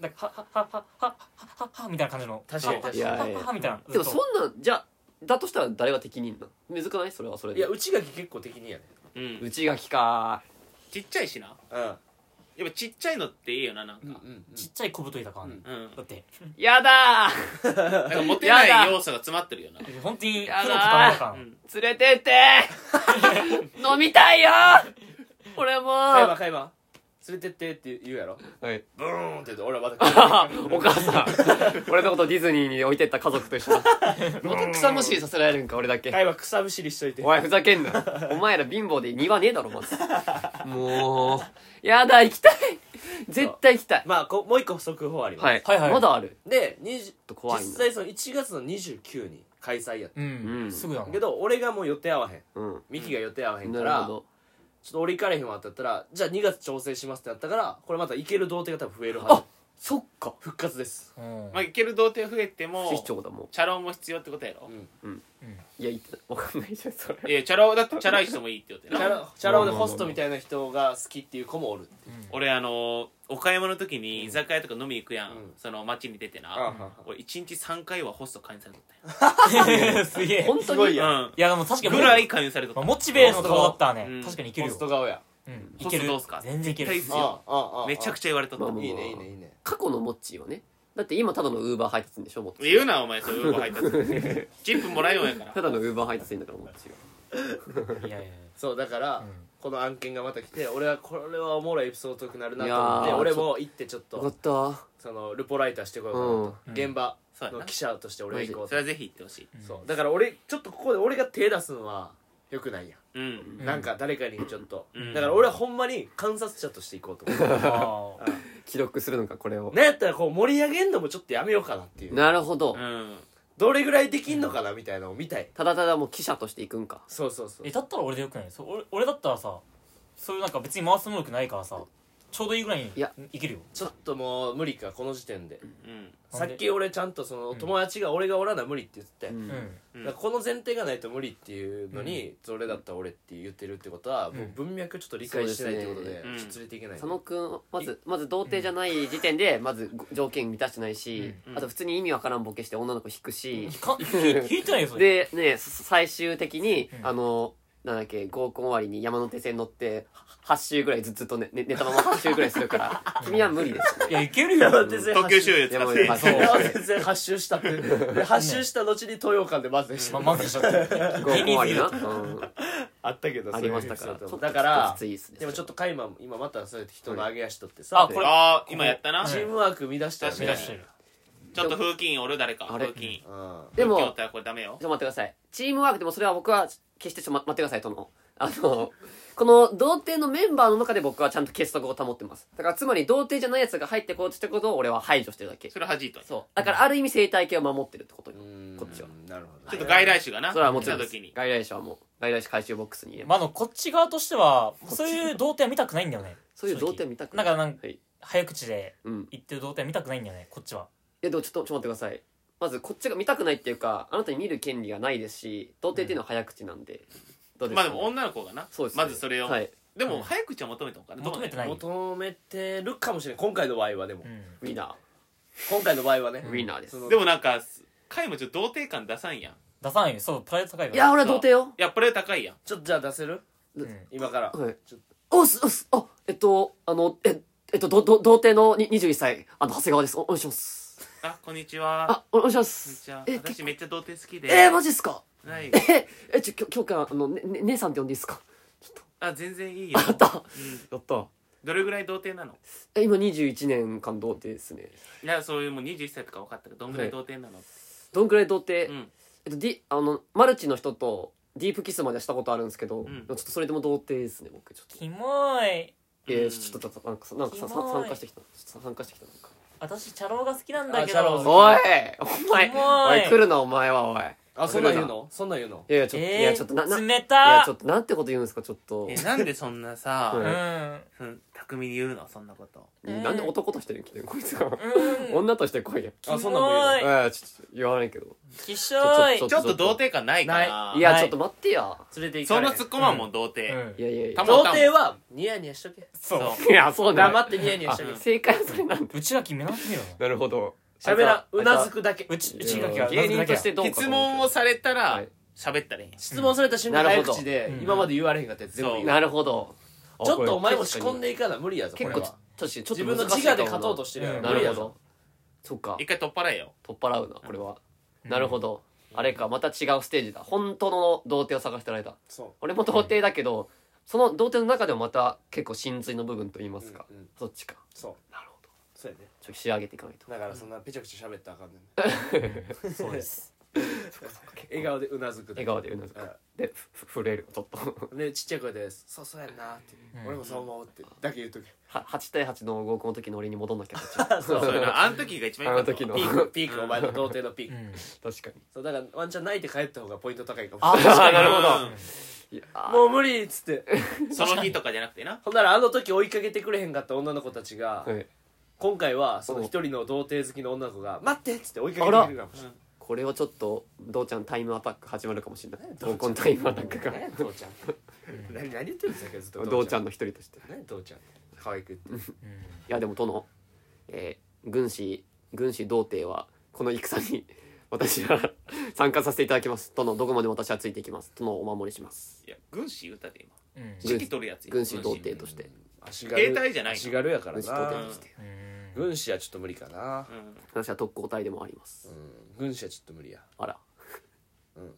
[SPEAKER 3] なんかははははははみたいな感じの
[SPEAKER 1] 確かに確かに
[SPEAKER 3] ははい
[SPEAKER 2] やいや
[SPEAKER 3] はみたいな
[SPEAKER 2] でも
[SPEAKER 3] ずっ
[SPEAKER 2] そ
[SPEAKER 3] と
[SPEAKER 2] んなん、じゃ、だとしたら誰が適任なの難くないそれはそれ
[SPEAKER 1] いや
[SPEAKER 2] で。
[SPEAKER 1] 内垣結構的にやね
[SPEAKER 4] うん
[SPEAKER 2] 内垣か。
[SPEAKER 4] ちっちゃいしな
[SPEAKER 1] うん
[SPEAKER 4] やっぱちっちゃいのっていいよななん
[SPEAKER 1] うん
[SPEAKER 4] か
[SPEAKER 1] うん
[SPEAKER 3] ちっちゃい小太りだからね
[SPEAKER 1] うん
[SPEAKER 4] うん
[SPEAKER 3] だって
[SPEAKER 2] やだ
[SPEAKER 4] なんかモテない要素が詰まってるよな
[SPEAKER 3] 本当にプロ
[SPEAKER 2] やだー
[SPEAKER 3] とかだから
[SPEAKER 4] うん
[SPEAKER 2] ー連れてって 飲みたいよ 俺も
[SPEAKER 1] 会話会話連れてってって言うやろ
[SPEAKER 2] はい
[SPEAKER 1] ブーンって言うと俺はま
[SPEAKER 2] あ
[SPEAKER 1] た
[SPEAKER 2] お母さん俺のことディズニーに置いてった家族と一緒また草むしりさせられるんか俺 だけ
[SPEAKER 1] 会話草むしりしといて
[SPEAKER 2] おいふざけんなお前ら貧乏で庭ねえだろまずもうやだ行きたい絶対行きたい
[SPEAKER 1] まあこもう一個速報あります、
[SPEAKER 2] はい、
[SPEAKER 3] はいはい
[SPEAKER 2] まだある
[SPEAKER 1] で20
[SPEAKER 2] と怖い
[SPEAKER 1] 実
[SPEAKER 2] んだ
[SPEAKER 1] 際その1月の29に開催やっ
[SPEAKER 3] うんすぐだ
[SPEAKER 1] た
[SPEAKER 3] もん
[SPEAKER 1] けど俺がもう予定合わへん
[SPEAKER 2] うん
[SPEAKER 1] ミキが予定合わへんか
[SPEAKER 2] なる
[SPEAKER 1] ら、
[SPEAKER 2] ほ
[SPEAKER 1] ちょ
[SPEAKER 2] ど
[SPEAKER 1] っと俺行かれへんわってなったらじゃあ2月調整しますってなったからこれまた行ける童貞が多分増えるはず
[SPEAKER 2] あそっか
[SPEAKER 1] 復活です
[SPEAKER 3] うん
[SPEAKER 4] まあいける童貞増えても
[SPEAKER 2] 市長だも
[SPEAKER 4] チャラ男も必要ってことやろ
[SPEAKER 1] うん
[SPEAKER 2] ういや行ってたわかんないじゃんそれ
[SPEAKER 4] いやチャラ男だってチャラい人もいいってこと
[SPEAKER 1] チ
[SPEAKER 4] や
[SPEAKER 1] ャ
[SPEAKER 4] な
[SPEAKER 1] ラチャラ男でホストみたいな人が好きっていう子もおる
[SPEAKER 4] 俺あのお買い物の時に居酒屋とか飲み行くやん、
[SPEAKER 1] うん
[SPEAKER 4] その街に出てな、俺一日3回はホスト勧誘されとっ
[SPEAKER 3] すげえ
[SPEAKER 2] 本
[SPEAKER 1] す
[SPEAKER 2] 当
[SPEAKER 1] ごい
[SPEAKER 2] に
[SPEAKER 1] や
[SPEAKER 4] た
[SPEAKER 1] ん
[SPEAKER 4] よ、
[SPEAKER 3] いやでも確か
[SPEAKER 4] うん、
[SPEAKER 3] に
[SPEAKER 4] ぐらい勧誘されとっ
[SPEAKER 3] ま
[SPEAKER 4] た、
[SPEAKER 3] あモチベの顔だったら
[SPEAKER 4] う
[SPEAKER 3] ね
[SPEAKER 4] ん
[SPEAKER 3] 確かにいけ
[SPEAKER 1] ホ
[SPEAKER 3] る
[SPEAKER 1] ス
[SPEAKER 3] よ
[SPEAKER 1] ト顔や
[SPEAKER 3] うんい
[SPEAKER 4] ホ
[SPEAKER 3] け
[SPEAKER 4] スト
[SPEAKER 3] る
[SPEAKER 4] どうすか
[SPEAKER 3] 全然いける
[SPEAKER 4] 絶対いいっすよ
[SPEAKER 1] ああああ
[SPEAKER 4] めちゃくちゃ言われとった、
[SPEAKER 2] まあまあ
[SPEAKER 1] いいねいいねいいね
[SPEAKER 2] 過去のモッチーはねだって今ただのウーバー配達員でしょモッチー
[SPEAKER 4] 言うなお前そういう子入ったやつチップもらえようやから
[SPEAKER 2] ただのウーバー配達員だからモッチーはい
[SPEAKER 3] やいやいや
[SPEAKER 1] そうだから、
[SPEAKER 3] ん
[SPEAKER 1] この案件がまた来て俺はこれはおもろいエピソードくなるなと思っ
[SPEAKER 2] い
[SPEAKER 1] て
[SPEAKER 2] やー
[SPEAKER 1] 俺も行ってちょっと
[SPEAKER 2] った
[SPEAKER 1] そのルポライターしてこようかなと、
[SPEAKER 3] うん
[SPEAKER 1] 現場
[SPEAKER 4] そうや
[SPEAKER 1] の
[SPEAKER 4] な
[SPEAKER 1] 記者として俺は行こう
[SPEAKER 4] そ
[SPEAKER 1] と
[SPEAKER 4] れはぜひ言ってほしい
[SPEAKER 1] そうだから俺ちょっとここで俺が手出すのはよくないやん
[SPEAKER 4] うん
[SPEAKER 3] ん
[SPEAKER 1] なんか誰かにちょっと、
[SPEAKER 4] うん
[SPEAKER 1] だから俺はほんまに観察者としていこうと 思う
[SPEAKER 3] あー
[SPEAKER 2] 記録するのかこれを、
[SPEAKER 1] なんやったらこう盛り上げんのもちょっとやめようかなっていう
[SPEAKER 2] なるほど、
[SPEAKER 4] うん
[SPEAKER 1] どれぐらいできんのかなみたいなのを見たい
[SPEAKER 2] ただただもう記者としていくんか
[SPEAKER 1] そうそうそう
[SPEAKER 3] えだったら俺でよくないそう俺俺だったらさそういうなんか別に回す能力ないからさちょうどいいぐらいに
[SPEAKER 2] いや
[SPEAKER 3] いけるよ
[SPEAKER 1] ちょっともう無理かこの時点で
[SPEAKER 4] うん
[SPEAKER 1] さっき俺ちゃんとその
[SPEAKER 3] ん
[SPEAKER 1] 友達が俺がおらな無理って言ってたやん
[SPEAKER 2] う
[SPEAKER 3] うんん
[SPEAKER 4] うん
[SPEAKER 1] だからこの前提がないと無理っていうのに、それだったら俺って言ってるってことは、もう文脈ちょっと理解してないってことで
[SPEAKER 4] そうですね
[SPEAKER 1] ちょっと連れていけない、
[SPEAKER 2] 佐野くんまずまず童貞じゃない時点でまずご条件満たしてないし、
[SPEAKER 4] うん
[SPEAKER 2] あと普通に意味わからんボケして女の子引くし、
[SPEAKER 3] か聞いてないよそれ
[SPEAKER 2] でねそ最終的に、
[SPEAKER 3] うん
[SPEAKER 2] あのなんだっけ合コン終わりに山手線乗って8周ぐらいずずっとねね寝たまま8周ぐらいするから 君は無理です
[SPEAKER 3] いやいけるよ
[SPEAKER 1] 山手 線
[SPEAKER 4] 特急収容使
[SPEAKER 2] 山
[SPEAKER 4] っ
[SPEAKER 2] 手
[SPEAKER 4] て
[SPEAKER 2] 線
[SPEAKER 1] そう山手線発症 したってで発症した後に東洋館でまずでした、
[SPEAKER 3] ままずしちゃ って
[SPEAKER 2] 合コン終わりな、
[SPEAKER 1] あったけど
[SPEAKER 2] うん、ありましたか
[SPEAKER 1] そう
[SPEAKER 2] ら
[SPEAKER 1] いうエピソー
[SPEAKER 2] ちょ
[SPEAKER 1] ド
[SPEAKER 2] っ
[SPEAKER 1] だ
[SPEAKER 2] と
[SPEAKER 1] から
[SPEAKER 2] きついっすね
[SPEAKER 1] でもちょっとカイマン今またそうやって人の上げ足取ってさ、
[SPEAKER 3] あこれ
[SPEAKER 4] ああ今やったな、
[SPEAKER 3] うん
[SPEAKER 1] チ
[SPEAKER 4] ち
[SPEAKER 1] ームワーク乱したよ
[SPEAKER 4] 確か
[SPEAKER 1] ね
[SPEAKER 4] にょっと風紀委員おる誰か
[SPEAKER 2] あれ
[SPEAKER 4] 風紀委員
[SPEAKER 1] うん
[SPEAKER 2] で
[SPEAKER 4] 今日
[SPEAKER 2] も
[SPEAKER 4] ったらこれダメよ
[SPEAKER 2] ちょっと待ってください。チームワークでもそれは僕は決してちょっと待ってください、殿。あの、この童貞のメンバーの中で僕はちゃんと結束を保ってます。だからつまり童貞じゃない奴が入ってこうとしたことを俺は排除してるだけ。
[SPEAKER 4] それはじいとんや
[SPEAKER 2] そう。だからある意味生態系を守ってるってことよ
[SPEAKER 1] う。ん
[SPEAKER 2] こっちは
[SPEAKER 1] なるほど
[SPEAKER 4] ちょっと外来種がな
[SPEAKER 2] それはも
[SPEAKER 4] 来
[SPEAKER 2] ちろ
[SPEAKER 4] た
[SPEAKER 2] んです
[SPEAKER 4] 時に
[SPEAKER 2] 外来種はもう、外来種回収ボックスに入れ
[SPEAKER 3] ま
[SPEAKER 2] ます。
[SPEAKER 3] あ、あのこっち側としてはそういう童貞は見たくないんだよね
[SPEAKER 2] そういう童貞は見たくない。
[SPEAKER 3] なんかなんか
[SPEAKER 2] はい。
[SPEAKER 3] 早口で
[SPEAKER 2] うん。い
[SPEAKER 3] 言ってる童貞は見たくないんだよねこっちは
[SPEAKER 2] やでもちょっと、ちょっと待ってください。まずこっちが見たくないっていうか、あなたに見る権利がないですし、童貞っていうのは早口なんで。どうです
[SPEAKER 4] ま
[SPEAKER 2] か
[SPEAKER 4] あでも女の子がな
[SPEAKER 2] そうですね
[SPEAKER 4] まずそれを、
[SPEAKER 2] はい。
[SPEAKER 4] でも早口は求めたのかな
[SPEAKER 3] 求めてないよ
[SPEAKER 1] 求めてるかもしれない今回の場合はでも、
[SPEAKER 3] うん
[SPEAKER 2] ウィナ
[SPEAKER 1] 今回の場合はね、
[SPEAKER 2] ー。ウィナーです
[SPEAKER 1] そ。の
[SPEAKER 4] でもなんか回もちょっと童貞感出さんやんい
[SPEAKER 3] 出さないよそうプライド高いから
[SPEAKER 2] いや、俺は童貞よ。
[SPEAKER 4] やこれ高いやん
[SPEAKER 1] ちょっとじゃあ出せる
[SPEAKER 3] うん
[SPEAKER 1] 今から、
[SPEAKER 2] はい
[SPEAKER 1] ちょっ。
[SPEAKER 2] おす、おす、あ、えっと、あの、え、えっと、ど、ど、童貞のに21歳、あの、長谷川です。お、お願いします。
[SPEAKER 4] あこんにちは
[SPEAKER 2] あ、お、お願いしま
[SPEAKER 4] こんに
[SPEAKER 2] す
[SPEAKER 4] ちは。
[SPEAKER 2] え、
[SPEAKER 4] 私めっちゃ童貞好きで
[SPEAKER 2] えー、マジっすか
[SPEAKER 4] ない
[SPEAKER 2] え、え、ちょ、きょ今日から、あの、ね、ね姉さんって呼んでいいっすか
[SPEAKER 4] あ全然いいよ
[SPEAKER 2] やった。
[SPEAKER 4] うん
[SPEAKER 2] やった。
[SPEAKER 4] どれぐらい童貞なの
[SPEAKER 2] え、今21年間童貞ですね。
[SPEAKER 4] いやそういうもう21歳とか分かったけどどんぐらい童貞なの、
[SPEAKER 2] どんくらい童貞、
[SPEAKER 4] うん
[SPEAKER 2] えっと、D、あの、マルチの人と、ディープキスまではしたことあるんですけど、
[SPEAKER 4] ん
[SPEAKER 2] でもちょっとそれでも童貞ですね、僕。ちょっと。
[SPEAKER 3] キモい
[SPEAKER 2] えー、ちょちょっと、なんかさ、なんかさ、
[SPEAKER 3] キモい
[SPEAKER 2] さ参加してきた。ちょっと参加してきた。なんか
[SPEAKER 3] 私チャローが好きなんだけ
[SPEAKER 1] あチャロー
[SPEAKER 3] ど
[SPEAKER 2] おいお前、
[SPEAKER 3] キモい
[SPEAKER 2] おい、来るな、お前は、おい。
[SPEAKER 1] あそんなん言うのそんなん言うの
[SPEAKER 2] いやいやちょっと、い
[SPEAKER 3] え
[SPEAKER 2] やちょっとなな
[SPEAKER 3] ー、
[SPEAKER 2] い
[SPEAKER 3] 冷
[SPEAKER 2] や
[SPEAKER 3] た
[SPEAKER 2] ちょっとなんてこと言うんですかちょっと
[SPEAKER 4] え、なんでそんなさ
[SPEAKER 2] う、ん
[SPEAKER 4] うん巧みに言うのそんなこと。
[SPEAKER 3] うん
[SPEAKER 2] なんで男として来てるこいつが
[SPEAKER 3] うん
[SPEAKER 2] 女として来いや
[SPEAKER 1] あそんなんも言うの
[SPEAKER 3] キモい
[SPEAKER 2] えーちょっと言わないけど
[SPEAKER 3] きしょい
[SPEAKER 2] ちょっ
[SPEAKER 4] ちょっと童貞感ないかな。
[SPEAKER 2] い
[SPEAKER 3] な
[SPEAKER 2] やちょっと待ってや
[SPEAKER 1] 連れて行
[SPEAKER 4] そ
[SPEAKER 1] か
[SPEAKER 4] ん
[SPEAKER 1] れ
[SPEAKER 4] な
[SPEAKER 1] へん
[SPEAKER 4] 突っ込まんもん、童
[SPEAKER 3] う
[SPEAKER 4] 貞。
[SPEAKER 3] ん
[SPEAKER 2] いやいやいや
[SPEAKER 4] た
[SPEAKER 1] 童
[SPEAKER 4] もたも
[SPEAKER 1] 貞はニヤニヤしとけ
[SPEAKER 3] そう
[SPEAKER 4] そう。
[SPEAKER 2] いやそうだ
[SPEAKER 1] 黙ってニヤニヤしとけ
[SPEAKER 4] あ
[SPEAKER 2] 正解はそれなんだ
[SPEAKER 3] 内垣目なってみろよ
[SPEAKER 2] なるほど
[SPEAKER 1] 喋らん
[SPEAKER 2] あいつは
[SPEAKER 1] うなずくだけ
[SPEAKER 3] うち
[SPEAKER 2] いや
[SPEAKER 3] 内垣は
[SPEAKER 2] 芸人としてどうかと
[SPEAKER 4] 質
[SPEAKER 2] 思
[SPEAKER 4] 問
[SPEAKER 2] う
[SPEAKER 4] をされた
[SPEAKER 2] は
[SPEAKER 4] ら
[SPEAKER 2] い、
[SPEAKER 4] 喋ったらいい。
[SPEAKER 1] 質問された瞬間
[SPEAKER 2] なる
[SPEAKER 1] 早
[SPEAKER 2] ほど
[SPEAKER 1] 口で
[SPEAKER 3] うん
[SPEAKER 1] 今まで言われへんかったやつ全部言
[SPEAKER 4] そうう
[SPEAKER 2] なるほど
[SPEAKER 1] ちょっとお前も仕
[SPEAKER 2] 確か
[SPEAKER 1] 込
[SPEAKER 2] に
[SPEAKER 1] んでいかな無理やぞこれ
[SPEAKER 2] 結
[SPEAKER 1] は
[SPEAKER 2] 構ちょっと
[SPEAKER 1] 自分の自我で勝とうとしてるや
[SPEAKER 3] うん
[SPEAKER 1] ろ
[SPEAKER 2] な
[SPEAKER 1] 無理
[SPEAKER 2] る
[SPEAKER 1] や
[SPEAKER 2] ほ
[SPEAKER 1] ぞ
[SPEAKER 2] どそっか
[SPEAKER 4] 一回取っ払えよ。
[SPEAKER 2] 取っ払うなこれは、なるほどあれかまた違うステージだ本当の童貞を探してられた
[SPEAKER 1] そ
[SPEAKER 2] 俺も童貞だけど、その童貞の中でもまた結構真髄の部分といいますか、
[SPEAKER 1] うんうん
[SPEAKER 2] そっちか
[SPEAKER 1] うそう
[SPEAKER 2] なるほど
[SPEAKER 1] そうやね
[SPEAKER 2] ちょっと仕上げていかないと
[SPEAKER 1] だからそんなぺちゃくちゃ喋ったらあかんねん
[SPEAKER 3] そうです
[SPEAKER 1] 笑顔でうなずくだけ
[SPEAKER 2] 笑顔でうなずくでふふ震えるちょっと
[SPEAKER 1] でちっちゃい声で「そうそうやんな」って
[SPEAKER 3] う
[SPEAKER 1] 「
[SPEAKER 3] ん
[SPEAKER 1] 俺もそう思う」ってだけ言うとけ
[SPEAKER 2] は8対8の合コンの時の俺に戻んなきゃ なっちゃ
[SPEAKER 4] そうやなあの時が一番
[SPEAKER 2] あ
[SPEAKER 4] 良か
[SPEAKER 2] の
[SPEAKER 4] ったわ。
[SPEAKER 2] 時の
[SPEAKER 1] ピークピークお前の童貞のピー
[SPEAKER 3] う
[SPEAKER 1] ク
[SPEAKER 3] ん
[SPEAKER 2] 確かに
[SPEAKER 1] そうだからワンチャン泣いて帰った方がポイント高いかも
[SPEAKER 2] あ
[SPEAKER 1] しれ
[SPEAKER 2] あなるほどいや
[SPEAKER 1] ない
[SPEAKER 2] ー
[SPEAKER 1] もう無理っつって
[SPEAKER 4] うんその日とかじゃなくてな。
[SPEAKER 1] ほんならあの時追いかけてくれへんかった女の子たちが
[SPEAKER 2] はい
[SPEAKER 1] 今回はその一人の童貞好きの女の子が「待って!」っつって追いかけてくれるかもしれない
[SPEAKER 2] これはちょっとどうちゃんタイムアタック始まるかもしれない合コンタイムアタックが
[SPEAKER 1] 何や父ちゃん何何言ってるんですかずっと
[SPEAKER 2] どうちゃんの一人として
[SPEAKER 1] 何父ちゃん可愛く言って
[SPEAKER 2] いやでも殿、えー軍師軍師童貞はこの戦に 私は参加させていただきます殿どこまでも私はついていきます殿をお守りします
[SPEAKER 4] いや、軍師歌で今。
[SPEAKER 3] うんうん
[SPEAKER 4] 指揮取るやつ。
[SPEAKER 2] 軍師童貞として
[SPEAKER 1] 足
[SPEAKER 4] 携帯じゃないの
[SPEAKER 1] 足軽やから
[SPEAKER 2] 軍師童貞
[SPEAKER 1] な
[SPEAKER 2] として
[SPEAKER 3] うん
[SPEAKER 1] 軍師はちょっと無理かな
[SPEAKER 4] うん
[SPEAKER 2] 私は特攻隊でもあります
[SPEAKER 1] うん軍師はちょっと無理や
[SPEAKER 2] あら
[SPEAKER 1] うん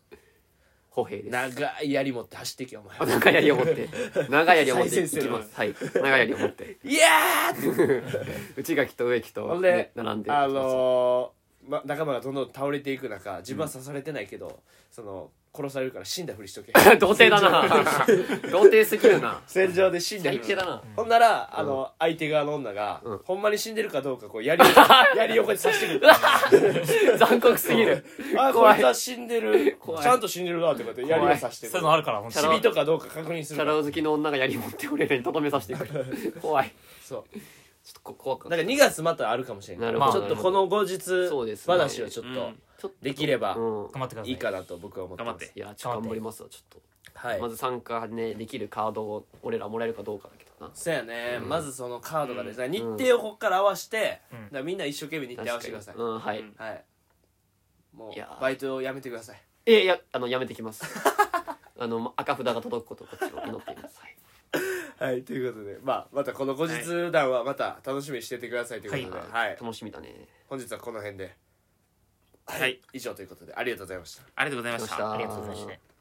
[SPEAKER 2] 歩兵です
[SPEAKER 1] 長い槍持って走ってけお前
[SPEAKER 2] あ長い槍を持って長い槍を持って
[SPEAKER 1] 最
[SPEAKER 2] い
[SPEAKER 1] 前線
[SPEAKER 2] きますはい長い槍を持って
[SPEAKER 1] いやーって
[SPEAKER 2] 内垣と植木と、
[SPEAKER 1] ほん
[SPEAKER 2] ね
[SPEAKER 1] で、
[SPEAKER 2] 並んで
[SPEAKER 1] あのーま、仲間がどんどん倒れていく中自分は刺されてないけど、その殺されるから死んだふりしとけ
[SPEAKER 2] 童貞だな童貞すぎるな
[SPEAKER 1] 戦場で死んだふ
[SPEAKER 2] 最
[SPEAKER 1] り
[SPEAKER 2] 低だ な
[SPEAKER 1] ほんならあの、相手側の女が、
[SPEAKER 2] うん
[SPEAKER 1] ほんまに死んでるかどうかこう槍を槍をこうやって刺してくる
[SPEAKER 2] 残酷すぎる
[SPEAKER 1] あこ
[SPEAKER 2] 怖い
[SPEAKER 1] いつは死んでる
[SPEAKER 2] 怖い
[SPEAKER 1] ちゃんと死んでるなってことで槍を刺して
[SPEAKER 3] そうい
[SPEAKER 1] く
[SPEAKER 3] う
[SPEAKER 1] る
[SPEAKER 3] のあるから本
[SPEAKER 2] チャ
[SPEAKER 1] チ
[SPEAKER 2] ラ
[SPEAKER 1] ビとかどうか確認す
[SPEAKER 2] チ
[SPEAKER 1] るか
[SPEAKER 2] ャ
[SPEAKER 1] ら
[SPEAKER 2] ラ好きの女が槍持って俺らにとどめさせてく る怖い
[SPEAKER 1] そう
[SPEAKER 2] ちょっとこ怖く
[SPEAKER 1] だ
[SPEAKER 2] な
[SPEAKER 1] から2月またあるかもしれな
[SPEAKER 2] ないる
[SPEAKER 3] ほど
[SPEAKER 1] ちょっとこの後日
[SPEAKER 2] そうですね
[SPEAKER 1] 話をちょっ
[SPEAKER 4] う
[SPEAKER 1] と
[SPEAKER 4] ん
[SPEAKER 2] ちょっと
[SPEAKER 1] できれば
[SPEAKER 2] うん
[SPEAKER 3] 頑張ってください
[SPEAKER 1] いいかなと僕は思って
[SPEAKER 4] 頑
[SPEAKER 1] ま
[SPEAKER 4] 張っ
[SPEAKER 1] す
[SPEAKER 4] て。
[SPEAKER 2] いやちょっと頑張りますわちょっ
[SPEAKER 1] は
[SPEAKER 2] と
[SPEAKER 1] い
[SPEAKER 2] まず参加ねできるカードを俺らもらえるかどうかだけどな
[SPEAKER 1] そうやね、まずそのカードがですね、日程をこっから合わせて、
[SPEAKER 3] うん
[SPEAKER 1] だからみんな一生懸命日程合わせてください、
[SPEAKER 2] うんはい
[SPEAKER 4] うん
[SPEAKER 1] はいも
[SPEAKER 2] いやー
[SPEAKER 1] うバイトをやめてください
[SPEAKER 2] えいやあのやめてきます あの赤札が届くことをこっちを祈っていますはい
[SPEAKER 1] はいということで、まあ、またこの後日談はまた楽しみにしててくださいということで、
[SPEAKER 2] あ
[SPEAKER 1] はい
[SPEAKER 2] 楽しみだね
[SPEAKER 1] 本日はこの辺で
[SPEAKER 4] はい。
[SPEAKER 1] 以上ということでありがとうございました
[SPEAKER 4] ありがとうございまし
[SPEAKER 2] ありがとうござ
[SPEAKER 4] た。
[SPEAKER 3] ありがとう
[SPEAKER 2] いました
[SPEAKER 3] ございました